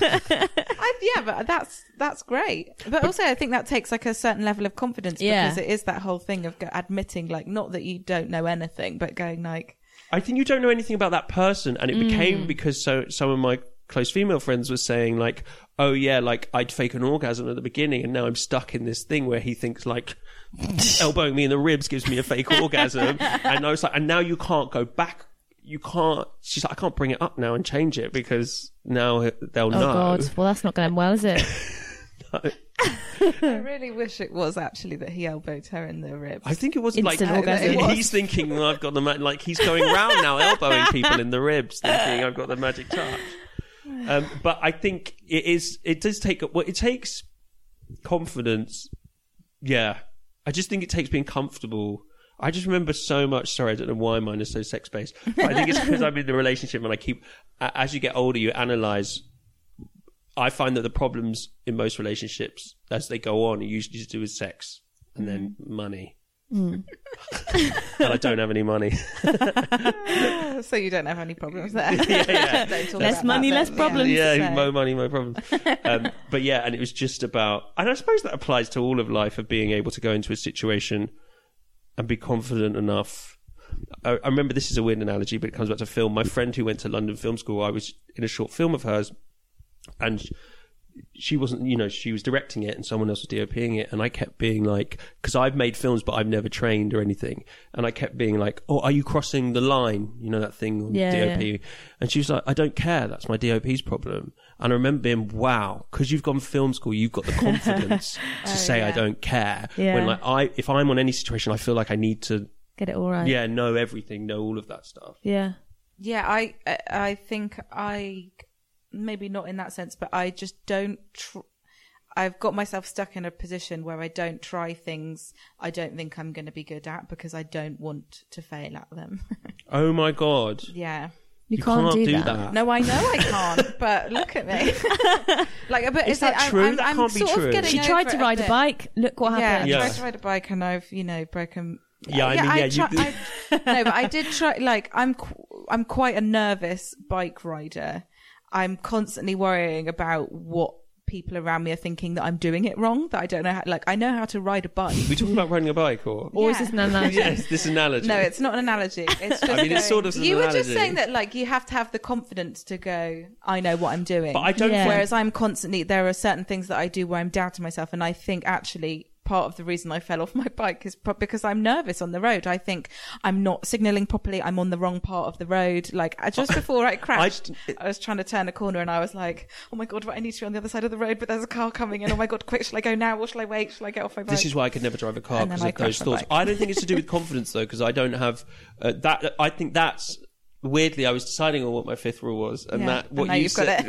I, yeah, but that's that's great. But, also, I think that takes like a certain level of confidence
Yeah.
because it is that whole thing of go- admitting, like, not that you don't know anything, but going like,
I think you don't know anything about that person, and it
Mm.
became because so some of my close female friends were saying like, "Oh yeah, like I'd fake an orgasm at the beginning, and now I'm stuck in this thing where he thinks like elbowing me in the ribs gives me a fake orgasm," and I was like, "And now you can't go back." You can't. She's like, I can't bring it up now and change it because now uh, they'll
Oh
know.
God! Well, that's not going to end well, is it?
I really wish it was actually that he elbowed her in the ribs.
I think it was like
Instant orgasm.
It was.
he's thinking "Well, I've got the ma-, like he's going round now elbowing people in the ribs thinking I've got the magic touch. Um, but I think it is it does take well it takes confidence. Yeah, I just think it takes being comfortable. I just remember so much. Sorry, I don't know why mine is so sex based. I think it's because I'm in the relationship and I keep. a- As you get older, you analyze I find that the problems in most relationships as they go on are usually to do with sex and then money. and I don't have any money.
so you don't have any problems there.
yeah, yeah.
Don't talk
Less
about
money,
that
less
then.
problems.
yeah,
So-
mo money, mo problems. Um, but yeah, and it was just about, and I suppose that applies to all of life of being able to go into a situation and be confident enough. I, I remember this is a weird analogy, but it comes back to film. My friend who went to London Film School, I was in a short film of hers, and sh- she wasn't, you know, she was directing it, and someone else was DOPing it, and I kept being like, because I've made films, but I've never trained or anything, and I kept being like, oh, are you crossing the line? You know that thing on
Yeah,
DOP, and she was like, I don't care, that's my DOP's problem. And I remember being, wow, because you've gone film school, you've got the confidence to say I
yeah.
don't care.
Oh, Yeah.
When like I, if I'm on any situation, I feel like I need to
Get it all right.
yeah, know everything, know all of that stuff.
Yeah.
Yeah, I I- I think I maybe not in that sense, but I just don't. Tr- I've got myself stuck in a position where I don't try things I don't think I'm going to be good at because I don't want to fail at them.
Oh my god,
yeah.
You, can't, do, that.
No, I know I can't, but look at me. like, but
Is
is
that
it, I'm-
true?
I'm,
That
I'm
can't be
sort
true.
Of getting
She tried
over
to
it
ride a
bit.
bike. Look what
yeah,
happened.
I
Yeah.
tried to ride a bike and I've, you know, broken.
Yeah, I mean, yeah,
I,
you
tri-
did.
I- no, but I did try. Like, I'm, qu- I'm quite a nervous bike rider. I'm constantly worrying about what people around me are thinking that I'm doing it wrong. That I don't know. How, like, I know how to ride a bike.
We talking about riding a bike or?
Or is
Yeah.
this an analogy?
yes, this analogy.
No, it's not an analogy. It's just
I mean, it's
going-
sort of an
You were just
analogy.
saying that, like, you have to have the confidence to go. I know what I'm doing.
But I don't
Yeah.
think
Whereas I'm constantly, there are certain things that I do where I'm doubting myself. And I think actually part of the reason I fell off my bike is pro- because I'm nervous on the road. I think I'm not signaling properly. I'm on the wrong part of the road. Like I- just before I crashed, I, was trying to turn a corner and I was like, Oh my God, right, I need to be on the other side of the road, but there's a car coming in. Oh my God, quick. Shall I go now? Or shall I wait? Shall I get off my bike?
This is why I could never drive a car
And then
because
I
of those
crashed my
thoughts.
bike.
I don't think it's to do with confidence though, because I don't have uh, that. I think that's weirdly I was deciding on what my fifth rule was, and
Yeah,
that
and
what
now
you
you've got
said.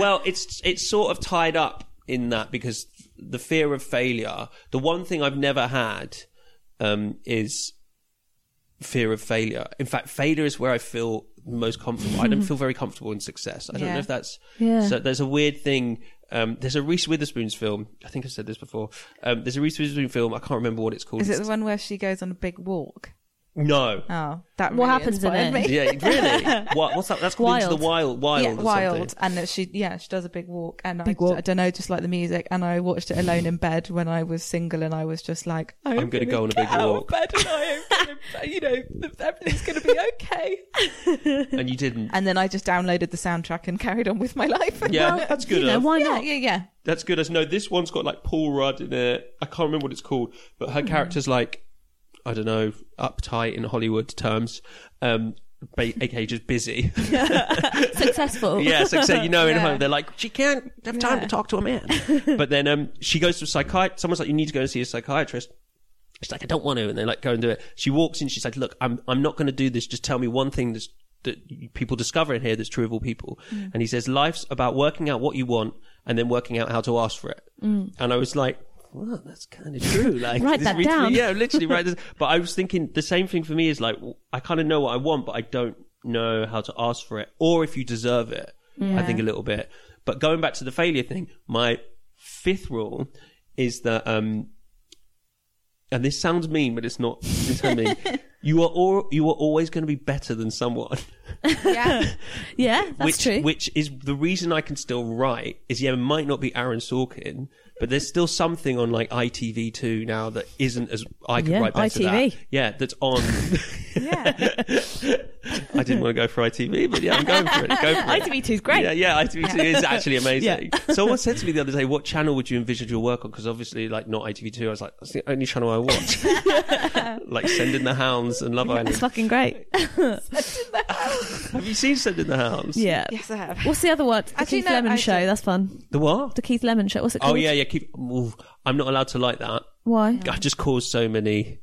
well, it's it's sort of tied up in that because the fear of failure. The one thing I've never had um, is fear of failure. In fact, failure is where I feel most comfortable. I don't feel very comfortable in success. I don't
Yeah.
know if that's
Yeah.
so. There's a weird thing. Um, there's a Reese Witherspoon's film. I think I said this before. Um, there's a Reese Witherspoon film. I can't remember what it's called.
is it
It's-
the one where she goes on a big walk?
no.
Oh, that
What
really
happens in
inspired
it?
me.
yeah, really. What, what's that? That's called Into the Wild. Wild.
yeah,
or
wild,
Something.
and that she yeah she does a big walk, and
Big
I,
walk.
I don't know, just like the music, and I watched it alone in bed when I was single, and I was just like, I'm,
I'm gonna go on a big
get out of
walk.
bed and I am gonna, you know, everything's gonna be okay.
And you didn't.
and then I just downloaded the soundtrack and carried on with my life.
Yeah, that's good.
You know,
enough.
why
yeah,
not?
yeah, yeah.
That's good. As no, this one's got like Paul Rudd in it. I can't remember what it's called, but
Hmm.
her character's like, I don't know, uptight in Hollywood terms, um, ba- aka just busy.
Successful.
yeah, so, so you know, in
Yeah.
home they're like, she can't have time to talk to a man. but then um, she goes to a psychiatrist. Someone's like, you need to go and see a psychiatrist. She's like, I don't want to, and they like go and do it. She walks in. She's like, look, I'm I'm not going to do this. Just tell me one thing that's, that you- people discover in here that's true of all people.
Mm.
And he says, life's about working out what you want and then working out how to ask for it. And I was like. Well, that's kind of true. Like,
Mm. Write
this
that
reads me-
down.
Yeah, literally write this. But I was thinking the same thing for me is like w- I kind of know what I want, but I don't know how to ask for it or if you deserve it. I think a little bit. But going back to the failure thing, my fifth rule is that, um, and this sounds mean, but it's not. It's not mean. You are all, you are always going to be better than someone.
Yeah.
Yeah, that's
which,
true.
Which is the reason I can still write is yeah, it might not be Aaron Sorkin, but there's still something on like ITV2 now that isn't as I could
Yeah,
write better.
ITV.
That. Yeah, that's on.
yeah.
I didn't want to go for ITV, but yeah, I'm going for it. Go for it.
ITV2 is great.
Yeah, yeah, ITV2 is actually amazing.
Yeah.
Someone said to me the other day, "What channel would you envision your work on?" Because obviously, like not ITV2. I was like, "That's the only channel I watch." like Sending the Hounds and Love
It's
Island.
fucking great.
Have you seen Sending the Hounds?
Yeah.
Yes, I have.
What's the other one? The
Actually,
Keith
no,
Lemon
I
show.
don't.
That's fun.
The what?
The Keith Lemon show. What's it
Oh
called?
yeah, yeah. Keep. oof, I'm not allowed to like that.
Why?
I just caused so many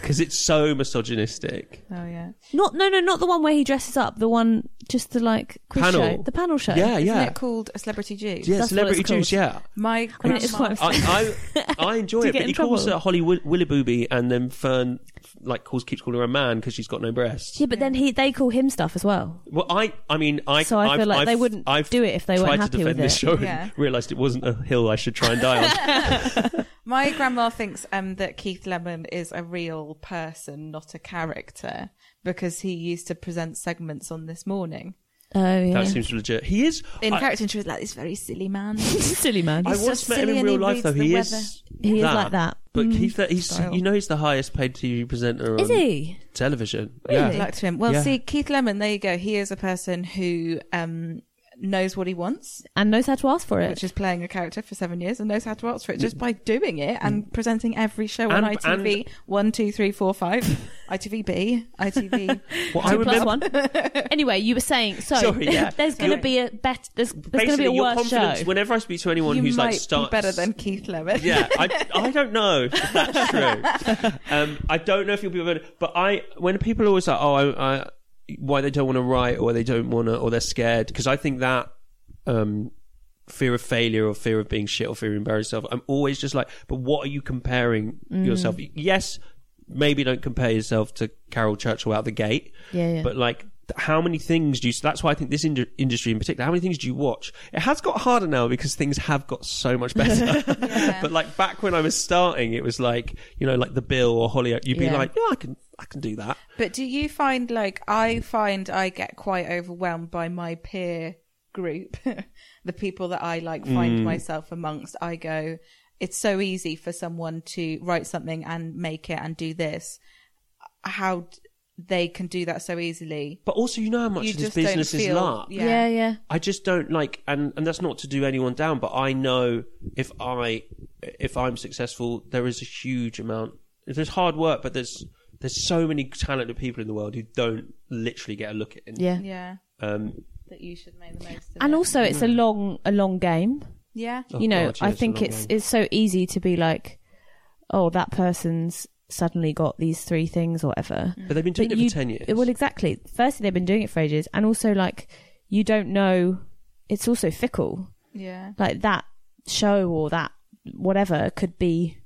because it's so misogynistic.
Oh yeah.
Not no no not the one where he dresses up. The one just the like quiz
Panel.
show. The panel show.
Yeah,
Isn't
yeah,
it called a celebrity juice?
yeah.
That's what
Celebrity
it's called.
juice. Yeah,
My
I mean, it's
grandma-
quite-
I I, I enjoy
Do you
it,
get
but
in
he calls
trouble?
her Holly Wi- Willoughby, and then Fern like calls keeps calling her a man because she's got no breasts.
Yeah, but then he they call him stuff as well.
Well, I I mean I
So I
I've-
feel like
I've-
they wouldn't
I've
do it if they weren't
tried
happy
to defend
with
this
it.
show and
Yeah.
realised it wasn't a hill I should try and die on.
My grandma thinks um, that Keith Lemon is a real person, not a character, because he used to present segments on This Morning.
Oh yeah.
that seems legit. He is
In
I,
character, and she was like this very silly man.
Silly man.
I
He's so
once met him
silly
in
and he
real life, though.
reads the
He
weather.
is
He is like that.
But
Mm.
Keith, he's
Style.
you know he's the highest paid TV presenter
Is
on
he?
television.
Really?
Yeah.
Luck to him. Well,
Yeah.
see, Keith Lemon, there you go. He is a person who um, knows what he wants,
And knows how to ask for it.
which is playing a character for seven years, and knows how to answer it just by doing it and presenting every show on
And-
ITV one, two, three, four, five, ITVB, ITV.
Well,
Two
I
plus
remember
one. anyway, you were saying so.
Sorry, yeah.
There's going to be a bet. There's, there's going to
basically
be a
your
worse show.
confidence. Whenever I speak to anyone
you
who's
might
like starts
be better than Keith Lemon.
yeah, I, I don't know if that's true. Um, I don't know if you'll be better, but I when people are always like, oh, I, I why they don't want to write or they don't want to or they're scared because I think that um, fear of failure or fear of being shit or fear of embarrassing yourself. I'm always just like, but what are you comparing
Mm.
yourself? Yes, maybe don't compare yourself to Carol Churchill out the gate.
Yeah, yeah.
But like, th- how many things do you? That's why I think this indu- industry in particular. How many things do you watch? It has got harder now because things have got so much better. But like back when I was starting, it was like you know, like the Bill or Hollyoak. You'd be
Yeah.
like, yeah, I can, I can do that.
But do you find like I find I get quite overwhelmed by my peer group, the people that I like
Mm.
find myself amongst. I go, it's so easy for someone to write something and make it and do this. How d- they can do that so easily?
But also, you know how much
You
of this
just don't
business is
feel-
luck.
Yeah.
yeah, yeah.
I just don't like, and and that's not to do anyone down, but I know if I if I'm successful, there is a huge amount. There's hard work, but there's there's so many talented people in the world who don't literally get a look at it.
Yeah.
Yeah,
Um,
that you should make the most of.
And
it.
also, it's a long, a long game.
yeah,
oh
you know,
God, yeah,
I
it's a
think
long
it's
one.
it's so easy to be like, oh, that person's suddenly got these three things or whatever.
but they've been doing
But
it
you-
for ten years.
Well, exactly. Firstly, they've been doing it for ages, and also like you don't know. It's also fickle.
yeah.
Like that show or that whatever could be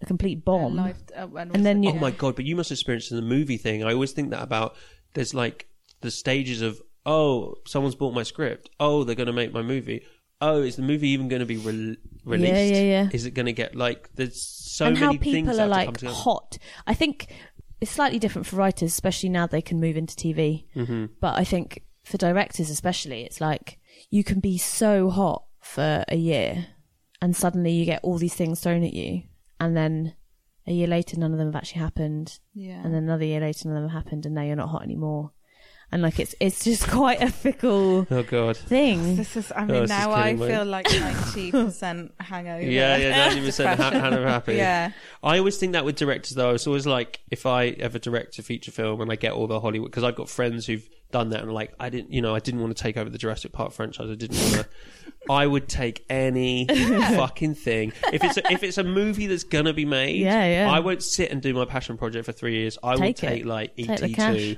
a complete bomb.
Life, uh, and,
And then
also-
you-
Oh my god! But you must experience in the movie thing. I always think that about. There's like the stages of oh, someone's bought my script. Oh, they're going to make my movie. Oh, is the movie even going to be re- released?
yeah, yeah.
Is it going to get like? There's so
and
many
how
things
people
that
are
have to come
like
together.
hot. I think it's slightly different for writers, especially now they can move into TV.
Mm-hmm.
But I think for directors, especially, it's like you can be so hot for a year, and suddenly you get all these things thrown at you, and then a year later, none of them have actually happened,
Yeah.
and then another year later, none of them have happened, and now you're not hot anymore. And like it's it's just quite a fickle
Oh god.
thing.
This is, I
Oh, this
mean,
is
now I
killing me.
feel like 90% hangover.
Yeah, yeah, ninety percent
Depression.
kind of happy.
Yeah.
I always think that with directors though. It's always like if I ever direct a feature film and I get all the Hollywood because I've got friends who've done that and like I didn't, you know, I didn't want to take over the Jurassic Park franchise. I didn't want to. I would take any fucking thing if it's a, if it's a movie that's gonna be made.
Yeah, yeah.
I won't sit and do my passion project for three years. I
Take it.
will take like
Take the
ET
cash.
two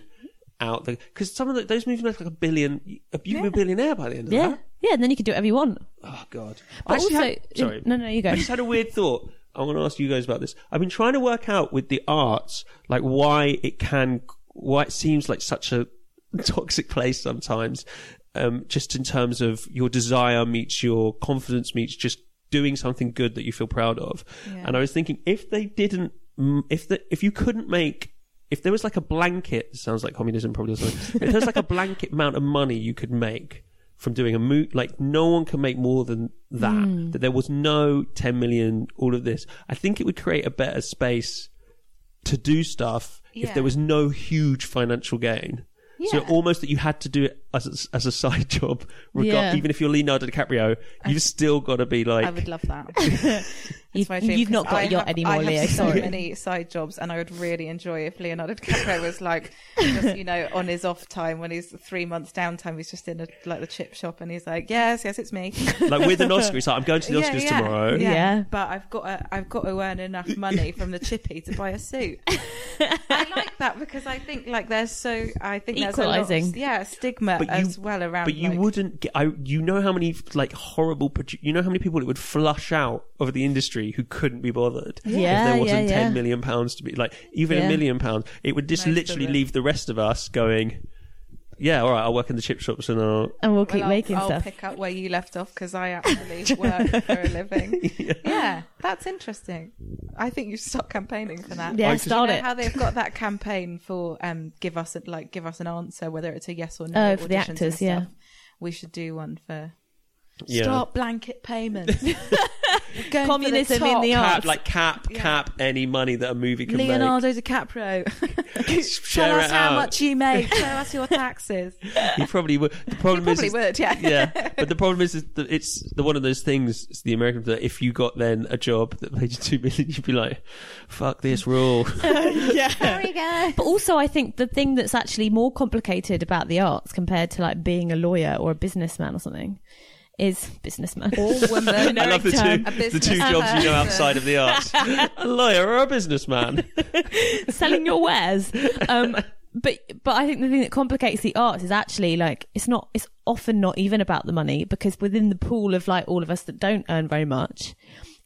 out the because some of the, those movies make like a billion. You could be a billionaire by the end of
Yeah,
that.
yeah, and then you can do whatever you want.
Oh god.
But
actually
also,
had- sorry.
no, no, you go.
I just had a weird thought. I want to ask you guys about this. I've been trying to work out with the arts, like why it can, why it seems like such a toxic place sometimes, um, just in terms of your desire meets your confidence meets just doing something good that you feel proud of.
Yeah.
And I was thinking if they didn't, mm, if the, if you couldn't make if there was like a blanket, this sounds like communism probably doesn't. it? if there's like a blanket amount of money you could make from doing a mo like no one can make more than that.
Hmm.
That there was no 10 million, all of this. I think it would create a better space to do stuff if
Yeah.
there was no huge financial gain. So
Yeah.
almost that you had to do it as a, as a side job, regard,
Yeah.
even if you're Leonardo DiCaprio, you've still got to be like.
I would love that. It's
You've-
my dream,
you've not
'cause
got
I
a yacht
have-
anymore,
I have
Leo,
So
sorry.
many side jobs, and I would really enjoy if Leonardo DiCaprio was like, just, you know, on his off time when he's three months downtime, he's just in a, like the chip shop, and he's like, yes, yes, it's me.
like with an Oscar, it's like I'm going to the Oscars tomorrow.
yeah. Yeah.
But I've got to, I've got to earn enough money from the chippy to buy a suit. I like that because I think like there's so I think there's a lot
Equalising.
of, yeah stigma
But you-
as well around.
But you
like-
wouldn't get. I, you know how many like horrible. produ- You know how many people it would flush out of the industry who couldn't be bothered.
Yeah,
if
yeah,
there wasn't
yeah.
ten million pounds to be like even a
Yeah.
million pounds, it would just
Most of
literally
them.
leave the rest of us going. Yeah, all right. I'll work in the chip shops and I'll.
and we'll keep
Well, I'll-
making
I'll,
stuff.
pick up where you left off because I actually work for a living. Yeah. that's interesting. I think you should stop campaigning for that.
yeah,
I just-
You
start
know
it.
how they've got that campaign for um, give us a, like give us an answer whether it's a yes or no.
Oh, for the
auditions and
actors, yeah.
stuff. we should do one for
Yeah.
start blanket payments. We're going for
Communism in
top.
the
Cap
arts.
like cap
Yeah.
cap any money that a movie can
Leonardo DiCaprio.
make.
Tell
Share
us
it
how
out.
much you make. Tell us your taxes. You
You probably would. The problem is,
probably
is-
would, yeah.
yeah. But the problem is, is that it's the one of those things. It's the American that if you got then a job that paid you two million, you'd be like, "Fuck this rule."
There we go.
But also, I think the thing that's actually more complicated about the arts compared to like being a lawyer or a businessman or something is businessman.
All women.
I love the
term.
A
two the two
business
jobs you
person.
know outside of the arts: a lawyer or a businessman.
selling your wares. Um, but but I think the thing that complicates the arts is actually like it's not it's often not even about the money because within the pool of like all of us that don't earn very much,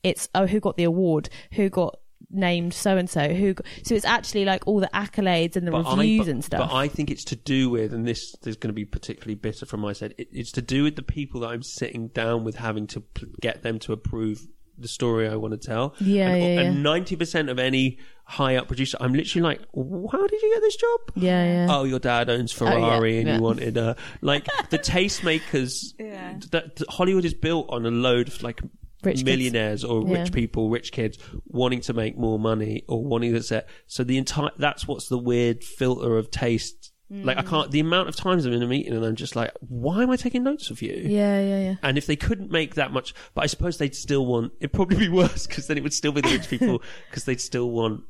it's oh who got the award, who got named so and so, who got, so it's actually like all the accolades and the
I,
reviews
but-
and stuff.
But I think it's to do with, and this is going to be particularly bitter from my side. It, it's to do with the people that I'm sitting down with, having to p- get them to approve the story I want to tell.
Yeah,
and,
yeah,
And ninety percent of any high up producer, I'm literally like, how did you get this job?
yeah, yeah.
Oh, your dad owns
yeah,
Ferrari, and
yeah.
you wanted uh, like the tastemakers.
Yeah.
That, that Hollywood is built on a load of like
Rich kids.
millionaires or
Yeah.
rich people, rich kids wanting to make more money or wanting to set. So the entire that's what's the weird filter of taste.
Mm.
Like I can't. The amount of times I'm in a meeting and I'm just like, why am I taking notes of you?
yeah, yeah, yeah.
And if they couldn't make that much, but I suppose they'd still want it'd probably be worse because then it would still be the rich people because they'd still want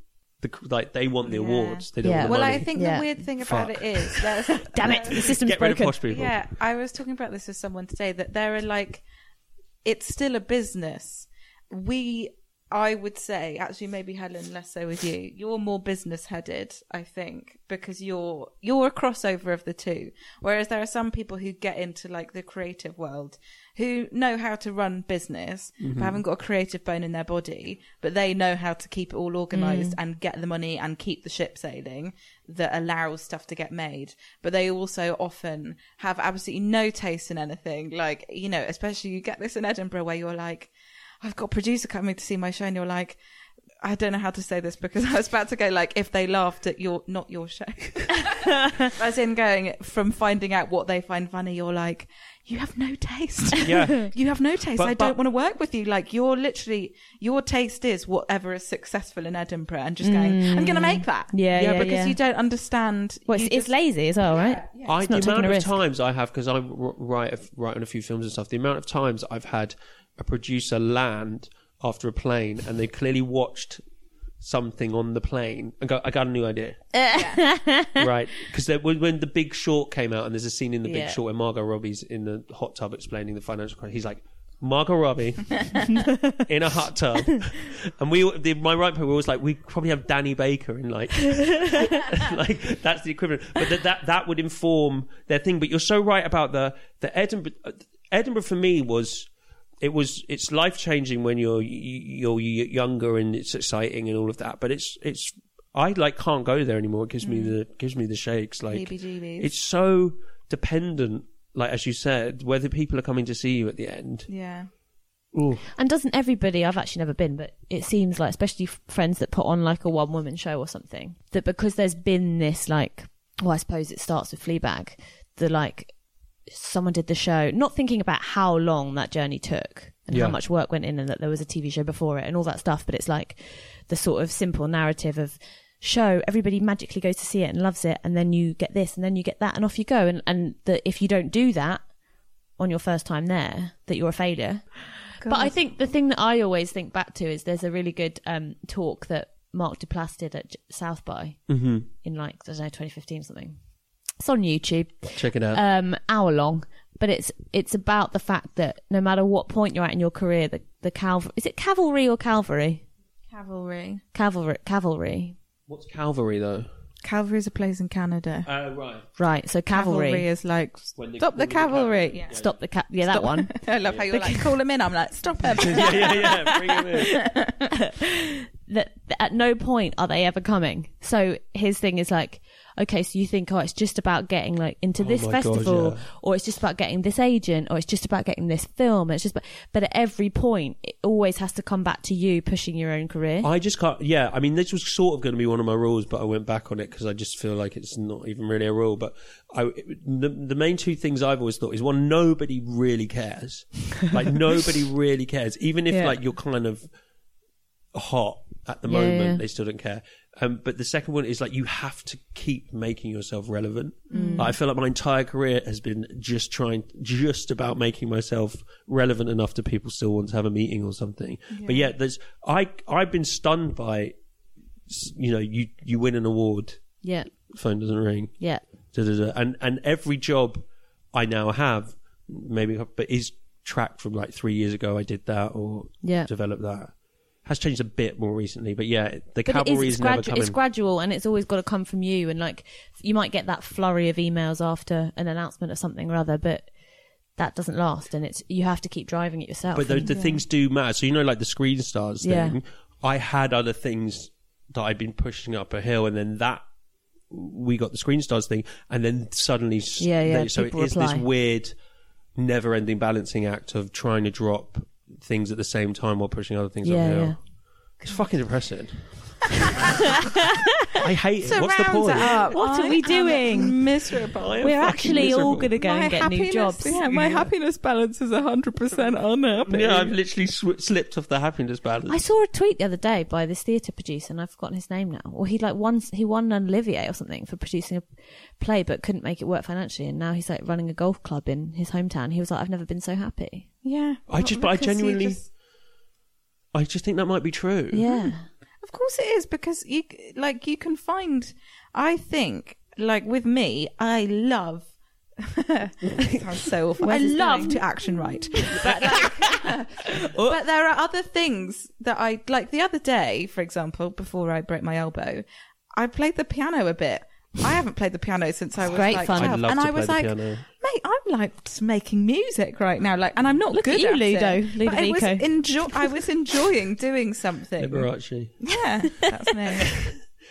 the like they want the
Yeah.
awards. They don't
Yeah.
want the
Well,
money.
I think
Yeah.
the weird thing about
Fuck.
it is, there's,
Damn it, the system's
get rid
broken.
of posh people.
yeah, I was talking about this with someone today that there are like, it's still a business. We, I would say, actually, maybe Helen less so with you. You're more business headed, I think, because you're you're a crossover of the two. Whereas there are some people who get into like the creative world who know how to run business but haven't got a creative bone in their body, but they know how to keep it all organized and get the money and keep the ship sailing that allows stuff to get made. But they also often have absolutely no taste in anything. Like, you know, especially you get this in Edinburgh where you're like, I've got a producer coming to see my show and you're like, I don't know how to say this because I was about to go like if they laughed at your not your show. As in going from finding out what they find funny, you're like, you have no taste.
Yeah.
you have no taste.
But-
I
but-
don't want to work with you. Like you're literally your taste is whatever is successful in Edinburgh and just going, I'm gonna make that.
Mm. Yeah, yeah,
because
yeah.
you don't understand
Well, it's,
you
it's
just-
lazy as well, right?
I,
It's not
the
taking
amount
a
of
risk.
times I have because I'm r- right of- right on a few films and stuff. The amount of times I've had a producer land after a plane and they clearly watched something on the plane and go, "I got a new idea." right? Because when, when the Big Short came out and there's a scene in the Big
Yeah.
Short where Margot Robbie's in the hot tub explaining the financial crisis, he's like. Margot Robbie in a hot tub, and we, all- the, my right people were always like, we probably have Danny Baker in like like that's the equivalent. But that, that that would inform their thing. But you're so right about the the Edinburgh. uh, Edinburgh for me was it was it's life changing when you're y- you're y- younger and it's exciting and all of that. But it's it's I like can't go there anymore. It gives me the gives me the shakes. Like
Heebie-jeebies.
it's so dependent like as you said, whether people are coming to see you at the end.
Yeah.
Ooh.
And doesn't everybody? I've actually never been, but it seems like, especially f- friends that put on like a one woman show or something, that because there's been this like, well, I suppose it starts with Fleabag, the like, someone did the show, not thinking about how long that journey took and
Yeah.
how much work went in, and that there was a TV show before it and all that stuff. But it's like the sort of simple narrative of show everybody magically goes to see it and loves it and then you get this and then you get that and off you go and and that if you don't do that on your first time there that you're a failure but I think the thing that I always think back to is there's a really good um, talk that Mark Duplass did at J- South by in like, I don't know, 2015 or something. It's on YouTube,
Check it out.
um, hour long, but it's it's about the fact that no matter what point you're at in your career, the, the cavalry, is it cavalry or cavalry?
Cavalry.
Cavalry, cavalry.
What's Calvary though?
Cavalry is a place in Canada.
Uh, right.
Right, so cavalry.
is like
When they-
stop the
when they come-
cavalry.
Yeah.
Stop the ca- yeah, that one.
I love how you're like call him in. I'm like stop him.
yeah, yeah, yeah. Bring him in.
that that at no point are they ever coming. So his thing is like, okay, so you think, oh, it's just about getting like into
Oh
this
my God,
festival,
yeah.
or it's just about getting this agent, or it's just about getting this film. It's just, about, but at every point, it always has to come back to you pushing your own career.
I just can't. Yeah, I mean, this was sort of going to be one of my rules, but I went back on it because I just feel like it's not even really a rule. But I, the the main two things I've always thought is one, nobody really cares. Like nobody really cares, even if
Yeah.
like you're kind of hot at the
Yeah,
moment,
yeah.
they still don't care. Um, but the second one is like you have to keep making yourself relevant.
Mm.
Like, I feel like my entire career has been just trying, just about making myself relevant enough to people still want to have a meeting or something. But yeah, there's I I've been stunned by, s- you know, you you win an award,
yeah,
phone doesn't ring,
yeah,
da, da, da. and and every job I now have, maybe but is tracked from like three years ago. I did that or
yeah.
develop that. Has changed a bit more recently, but yeah, the
But it is,
cavalry
it's,
is never
gradu-
coming.
it's gradual and it's always got to come from you. And like, you might get that flurry of emails after an announcement of something or other, but that doesn't last. And it's, you have to keep driving it yourself.
but the,
And-
the things do matter. So you know, like the Screen Stars thing.
Yeah.
I had other things that I'd been pushing up a hill, and then that we got the Screen Stars thing, and then suddenly, s-
Yeah, yeah,
they- so it
people
is this
reply.
weird, never-ending balancing act of trying to drop things at the same time while pushing other things up
Yeah,
a hill.
yeah.
It's fucking depressing. I hate it. What's the
Rounds
point?
it up.
What are
I
we
am
doing?
Miserable.
I am
We're
fucking
actually all
miserable.
going to go and get new jobs.
Yeah, my happiness balance is hundred percent unhappy.
Yeah, I've literally sw- slipped off the happiness balance.
I saw a tweet the other day by this theatre producer, and I've forgotten his name now. Or he like won he won an Olivier or something for producing a play, but couldn't make it work financially, and now he's like running a golf club in his hometown. He was like, I've never been so happy.
yeah.
I just- but I
because you
genuinely-
just-
I just think that might be true.
Mm-hmm.
Yeah,
Of course it is because you c- like you can find. I think like with me, I love. sounds so awful. I
Where's this
love
going?
to action write, but, like-
Oh.
but there are other things that I like. The other day, for example, before I broke my elbow, I played the piano a bit. I haven't played the piano since I was
great
like
fun. I'd
12.
love
and
to
I
play
was
the
like,
piano.
mate, I'm like just making music right now, like, and I'm not
Look
good
at you,
at it.
Ludo,
But I was
Ludovico.
enjoy- I was enjoying doing something.
Liberace.
Yeah, that's me.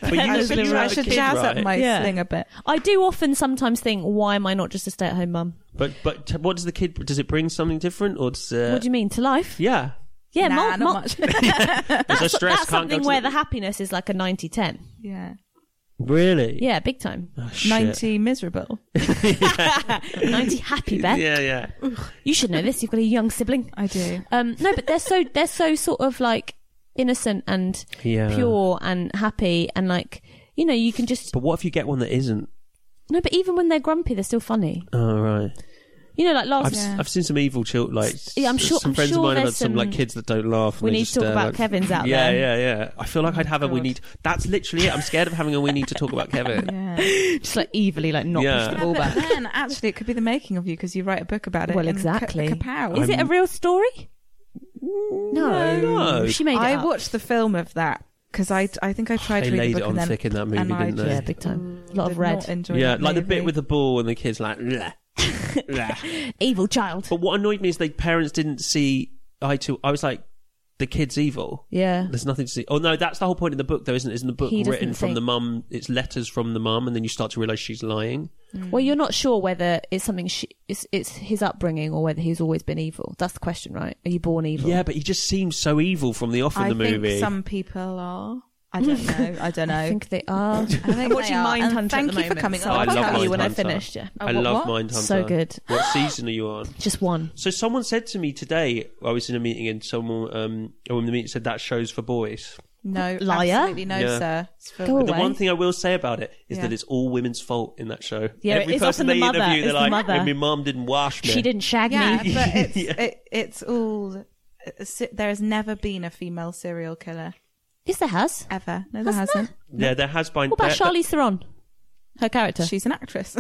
But you
I
know,
should,
when you were
I
a
should
kid,
jazz
right?
up my
Yeah.
thing a bit.
I do often sometimes think, why am I not just a stay at home mum?
But but t- what does the kid? Does it bring something different, or does uh,
What do you mean to life?
yeah?
Yeah,
nah,
mul-
not
mul-
much.
There's a stress.
that's
can't go
something
to
where the happiness is like a 90-10.
yeah,
really
Yeah, big time.
Oh, shit.
ninety miserable.
Ninety happy, Beth.
Yeah, yeah.
You should know this. You've got a young sibling.
I do.
Um, no, but they're so they're so sort of like innocent and
Yeah.
pure and happy and like you know you can just
But what if you get one that isn't?
no. But even when they're grumpy, they're still funny.
Oh right.
You know, like
I've
last
s-
Yeah.
I've seen some evil child like
Oh, Yeah, I'm sure-
some
I'm
friends
sure
of mine have had
there's
some, like
some-
kids that don't laugh. and
We
they
need to
just,
talk
uh,
about
like-
Kevin's out
yeah,
there.
Yeah, yeah, I feel like I'd have a we
God.
need. That's literally it. I'm scared of having a we need to talk about Kevin.
Yeah.
just like evilly like not push
Yeah.
the
Yeah,
ball
but
back.
then actually, it could be the making of you because you write a book about it.
Well,
in Ka-
exactly.
Kapow.
Is it a real story? No,
No.
she made it
I
up.
watched the film of that because I, I think I tried
They
to read
laid
the
it
book
on
and then
thick in that movie,
and I
didn't they?
Yeah, big time. A lot
did not
of red.
enjoy
yeah,
that
like the bit
movie.
with the ball and the kids like. "Bleh, bleh."
Evil child.
But what annoyed me is the parents didn't see eye to. I was like, the kid's evil.
Yeah.
There's nothing to see. Oh no, that's the whole point in the book, though, isn't it? Isn't the book
He doesn't
written from
think-
the mum? It's letters from the mum, and then you start to realise she's lying.
Well, you're not sure whether it's something she, it's it's his upbringing or whether he's always been evil. That's the question, right? Are you born evil?
Yeah, but he just seems so evil from the off in
I
the
think
movie.
some people are. I don't know. I don't know.
Mm. I think they are.
they
I'm watching
are.
Mindhunter.
And
at
thank
the
you for
moment,
coming
so
on.
I'll
I
tell
love
you when I
Mindhunter.
finished. Yeah,
I
what-
love
what?
Mindhunter.
So good.
What season are you on?
just one.
So someone said to me today, I was in a meeting and someone, um, a woman in the meeting said that shows for boys.
no,
Liar.
absolutely no,
Yeah.
sir. It's for-
Go
But the
Away.
one thing I will say about it is
Yeah.
that it's all women's fault in that show.
Yeah,
Every
it's
person
often
they
the mother,
interview,
it's
they're
the
like,
mother.
"Yeah, my mum didn't wash me.
She didn't shag
Yeah,
me.
but it's It, it's all. it's- There has never been a female serial killer
Yes, there has.
ever. No, there
Hasn't
hasn't.
Yeah, there has been.
What about
there-
Charlize Theron? Her character.
She's an actress.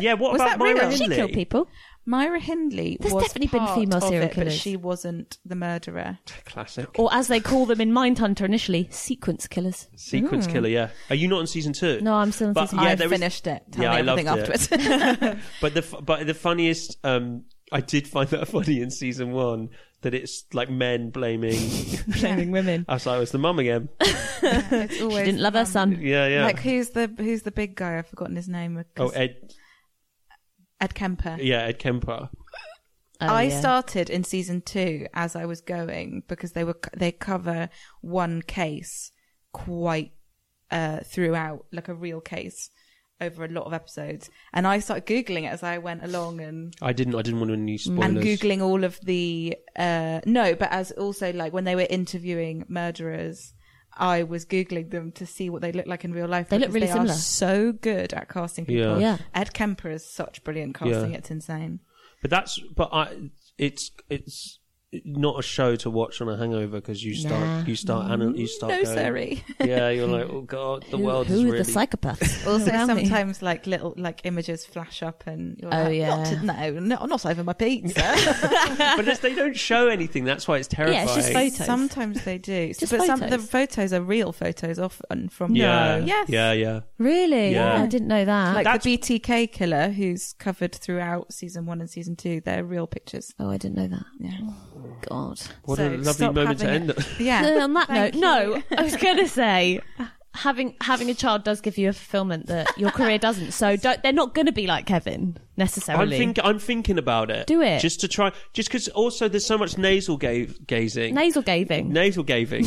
Yeah, what
Was that
about Myra
real?
She
Hindley?
killed people.
Myra Hindley.
There's
was
definitely been
part
female
of
serial
it,
killers.
but she wasn't the murderer.
Classic
Or as they call them in Mindhunter initially, sequence killers.
sequence killer. Yeah, are you not on season two?
Hmm. No, I'm still on
But
season
yeah,
I
there is-
finished it. Tell
Yeah,
me
I
everything
loved it.
afterwards.
But the f- but the funniest, um, I did find that funny in season one that it's like men blaming.
blaming women.
I was like, it's the mum again.
It's
She
always
didn't love her son.
Yeah, yeah.
Like who's the who's the big guy? I've forgotten his name.
oh,
Ed,
Ed.
Kemper.
Yeah, Ed Kemper.
Oh,
I
yeah.
started in season two as I was going because they were they cover one case quite uh, throughout, like a real case over a lot of episodes. And I started googling it as I went along and
I didn't. I didn't want
Hmm.
any spoilers.
and googling all of the uh, no, but as also like when they were interviewing murderers. I was googling them to see what they look like in real life.
They look
because
really
they
similar.
Are so good at casting
Yeah.
people.
Yeah.
Ed Kemper is such brilliant casting;
Yeah.
it's insane.
But that's but I it's it's not a show to watch on a hangover because you start
Nah. Mm.
you start anal- you start
No,
going,
sorry.
yeah you're like oh god the
who,
world
who
is
are
really
the psychopaths?
Also,
around me?
sometimes like little like images flash up, and you're
Oh,
like,
yeah.
not to- no, no, not over my pizza.
but it's- they don't show anything that's why it's terrifying
Yeah, it's just photos.
Sometimes they do,
Just
but some the
photos.
photos are real photos often from
yeah
yes,
yeah yeah
Really? Oh,
Yeah.
I didn't know that.
Like
That's-
the BTK killer, who's covered throughout season one and season two, they're real pictures.
oh, I didn't know that.
Yeah.
God.
what
So
a lovely
stop
moment to
having
end
it.
on.
Yeah.
No, on that
Thank
note, no. I was going to say having having a child does give you a fulfillment that your career doesn't. So don't, they're not going to be like Kevin
I'm
necessarily.
think I'm thinking about it
Do it.
just to try just because also there's so much nasal ga- gazing
Nasal gaving.
nasal gaving,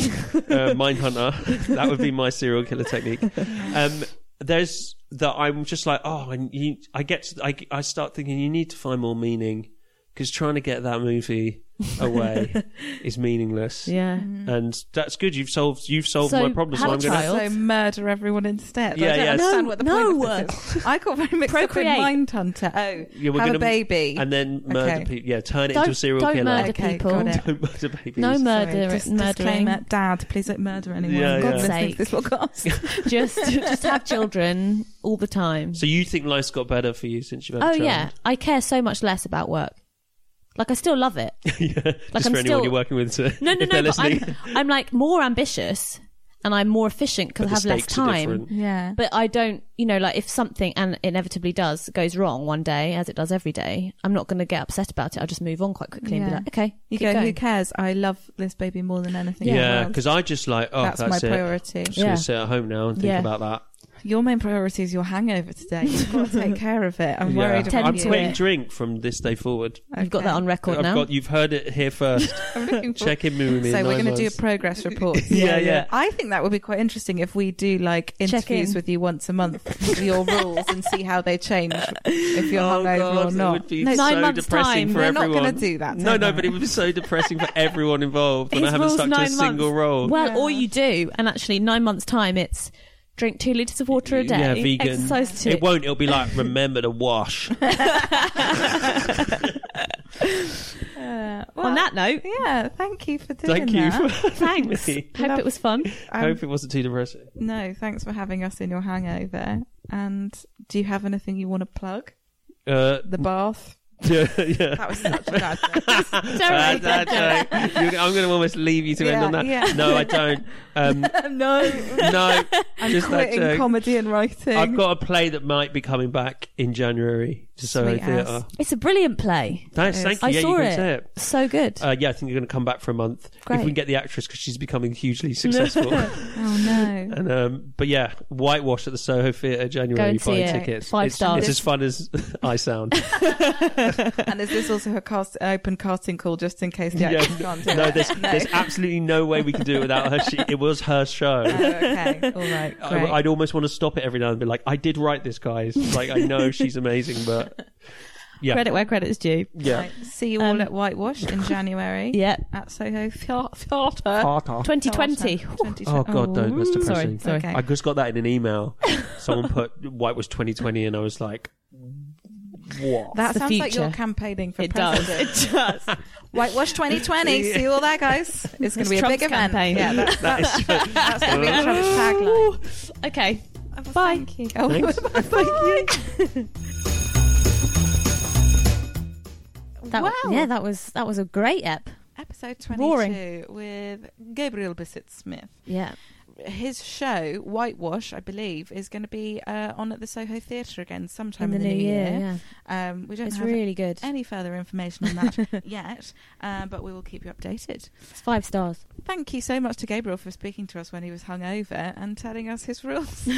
uh, Mindhunter. That would be my serial killer technique. Um, there's that I'm just like, oh, and you, I get, to, I, I start thinking you need to find more meaning because trying to get that movie away is meaningless.
Yeah.
And that's good. You've solved, you've solved
So,
my problem. So
have a
I'm gonna.
child.
So murder everyone instead.
Yeah,
I don't
yeah.
understand
No,
what the
no.
point of this is. I got very mixed
Procreate.
up in Mindhunter. Oh,
Yeah, we're
have
gonna,
a baby.
and then murder
Okay.
people. Yeah, turn it
Don't-
into a serial
don't
killer.
murder
Okay,
people.
got it.
Don't murder babies.
No
Sorry,
murder,
just
murdering.
disclaimer, Dad, please don't murder anyone.
Yeah,
God,
yeah.
listening to this podcast.
just just have children all the time.
so you think life's got better for you since you've had
oh
a child?
yeah, I care so much less about work. Like I still love it.
yeah. Just
I'm
for anyone
still-
you're working with. To,
No, no,
if they're
no. But
listening.
I'm, I'm like more ambitious and I'm more efficient because I
the
have less
stakes are
time.
different.
yeah.
But I don't, you know, like if something and inevitably does goes wrong one day, as it does every day, I'm not going to get upset about it. I'll just move on quite quickly and be
Yeah.
like, okay,
You
keep
go, who
going.
cares? I love this baby more than anything. in the
Yeah,
world.
because I just like, oh, that's,
that's, my
it.
priority.
I'm just
Yeah.
gonna sit at home now and think
Yeah.
about that.
Your main priority is your hangover today. You've got to take care of it. I'm worried
Tend
about
I'm
to
you.
quitting
it.
drink from this day forward.
You've got
Okay.
that on record
I've
now.
got you've heard it here first.
I'm looking for-
Check in with me.
So
in
we're
nine
going to do a
months.
progress report.
Yeah, yeah.
I think that would be quite interesting if we do like
Check
interviews
in.
with you once a month, with your rules, and see how they change if you're
Oh,
hungover
God,
or
it
not.
would be
No, nine
so
months'
depressing
time.
for
We're not
everyone.
gonna do that,
No,
don't
no,
worry.
but it would be so depressing for everyone involved when I
His
haven't
rule's
stuck to a
nine
single
months.
role.
Well,
Yeah.
or you do, and actually, nine months' time, it's drink two litres of water a day,
Yeah, vegan.
exercise two.
It won't. It'll be like remember to wash.
Uh, well,
On that note,
yeah. Thank you for doing
Thank you.
that.
For
thanks.
Me.
Hope it was fun.
I
Um,
hope it wasn't too depressing.
No, thanks for having us in your hangover. And do you have anything you want to plug?
Uh,
The bath.
yeah, yeah.
That was such a bad joke.
Sorry.
Bad, bad joke. You- I'm going to almost leave you to end
Yeah,
on that.
yeah.
No, I don't. Um,
no,
no,
I'm
just that
quitting
joke.
comedy and writing.
I've got a play that might be coming back in January. to Soho
Sweet ass.
Theatre.
It's a brilliant play.
Nice, thank you.
I
yeah,
saw
you
it.
can say it.
So good.
Uh, yeah, I think you're going to come back for a month
Great.
if we can get the actress because she's becoming hugely successful.
Oh no.
and um, but yeah, Whitewash at the Soho Theatre
Go
January.
and
You
see
buy
it.
tickets.
Five
it's,
stars.
It's as fun as I sound.
and is this also a cast an open casting call just in case the
Yeah.
actors can't do
no,
it?
there's there's absolutely no way we can do it without her. She, it was her show.
Oh, okay. All right. Great.
I, I'd almost want to stop it every now and be like, I did write this, guys. Like I know she's amazing, but yeah,
Credit where credit's due.
yeah.
Right. See you all
Um,
at Whitewash in January.
Yeah.
At Soho Thea- Theatre.
Twenty twenty.
Oh god, no, that's
Sorry,
depressing.
sorry.
Okay.
I just got that in an email. Someone put White was 2020, and I was like, what?
That
the
sounds like you're
future.
campaigning for
It does.
president.
It does.
Whitewash 2020. See you all there, guys. It's going to be a
Trump's
big event.
campaign.
Yeah, that's,
That is
that's going to be a Trump's tagline.
okay.
Well,
Bye.
Thank you. Oh,
Thanks.
That,
wow.
Yeah, that was that was a great ep.
Episode 22
Roaring.
with Gabriel Bissett Smith.
Yeah.
His show, Whitewash, I believe, is going to be uh, on at the Soho Theatre again
In
sometime
the,
in
new year. Yeah.
Um, we don't
It's
have
really good.
any further information on that yet, uh, but we will keep you updated.
It's five stars.
Thank you so much to Gabriel for speaking to us when he was hungover and telling us his rules.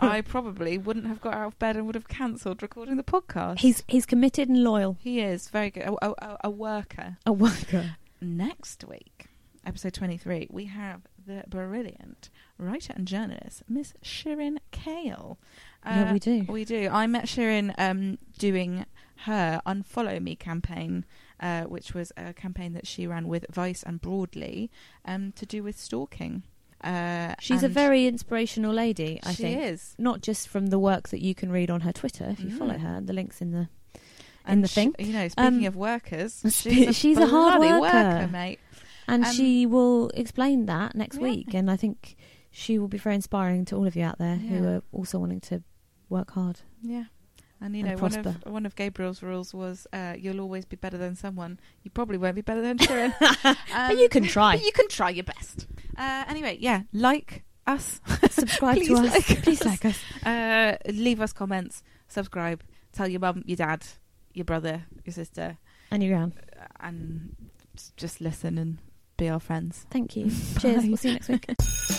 I probably wouldn't have got out of bed and would have cancelled recording the podcast.
He's he's committed and loyal.
He is very good, a, a- a- a worker.
A worker.
Next week, episode 23, we have the brilliant writer and journalist, Miss Shirin Kale.
yeah, Uh, we do.
We do. I met Shirin um, doing her unfollow me campaign, uh, which was a campaign that she ran with Vice and Broadly um, to do with stalking. Uh,
She's a
and
very inspirational lady. I
she
think
is.
not just from the work that you can read on her Twitter if you
Mm.
follow her. The links in the
And
the
sh-
thing.
you know, speaking
Um,
of workers,
spe-
she's a,
she's a hard
bloody
worker.
mate.
and
Um,
she will explain that next
yeah.
week. And I think she will be very inspiring to all of you out there who
Yeah.
are also wanting to work hard.
Yeah. And you
And
know, one of
prosper.
one of Gabriel's rules was uh, you'll always be better than someone. You probably won't be better than Shirin. Um,
but you can try.
but you can try your best. Uh, anyway, yeah, like us.
Subscribe to
Please
us.
like
Please
us.
like us.
Uh, leave us comments, subscribe, tell your mum, your dad, your brother, your sister,
And you're on.
and just listen and be our friends.
Thank you. Cheers.
Bye.
We'll see you next week.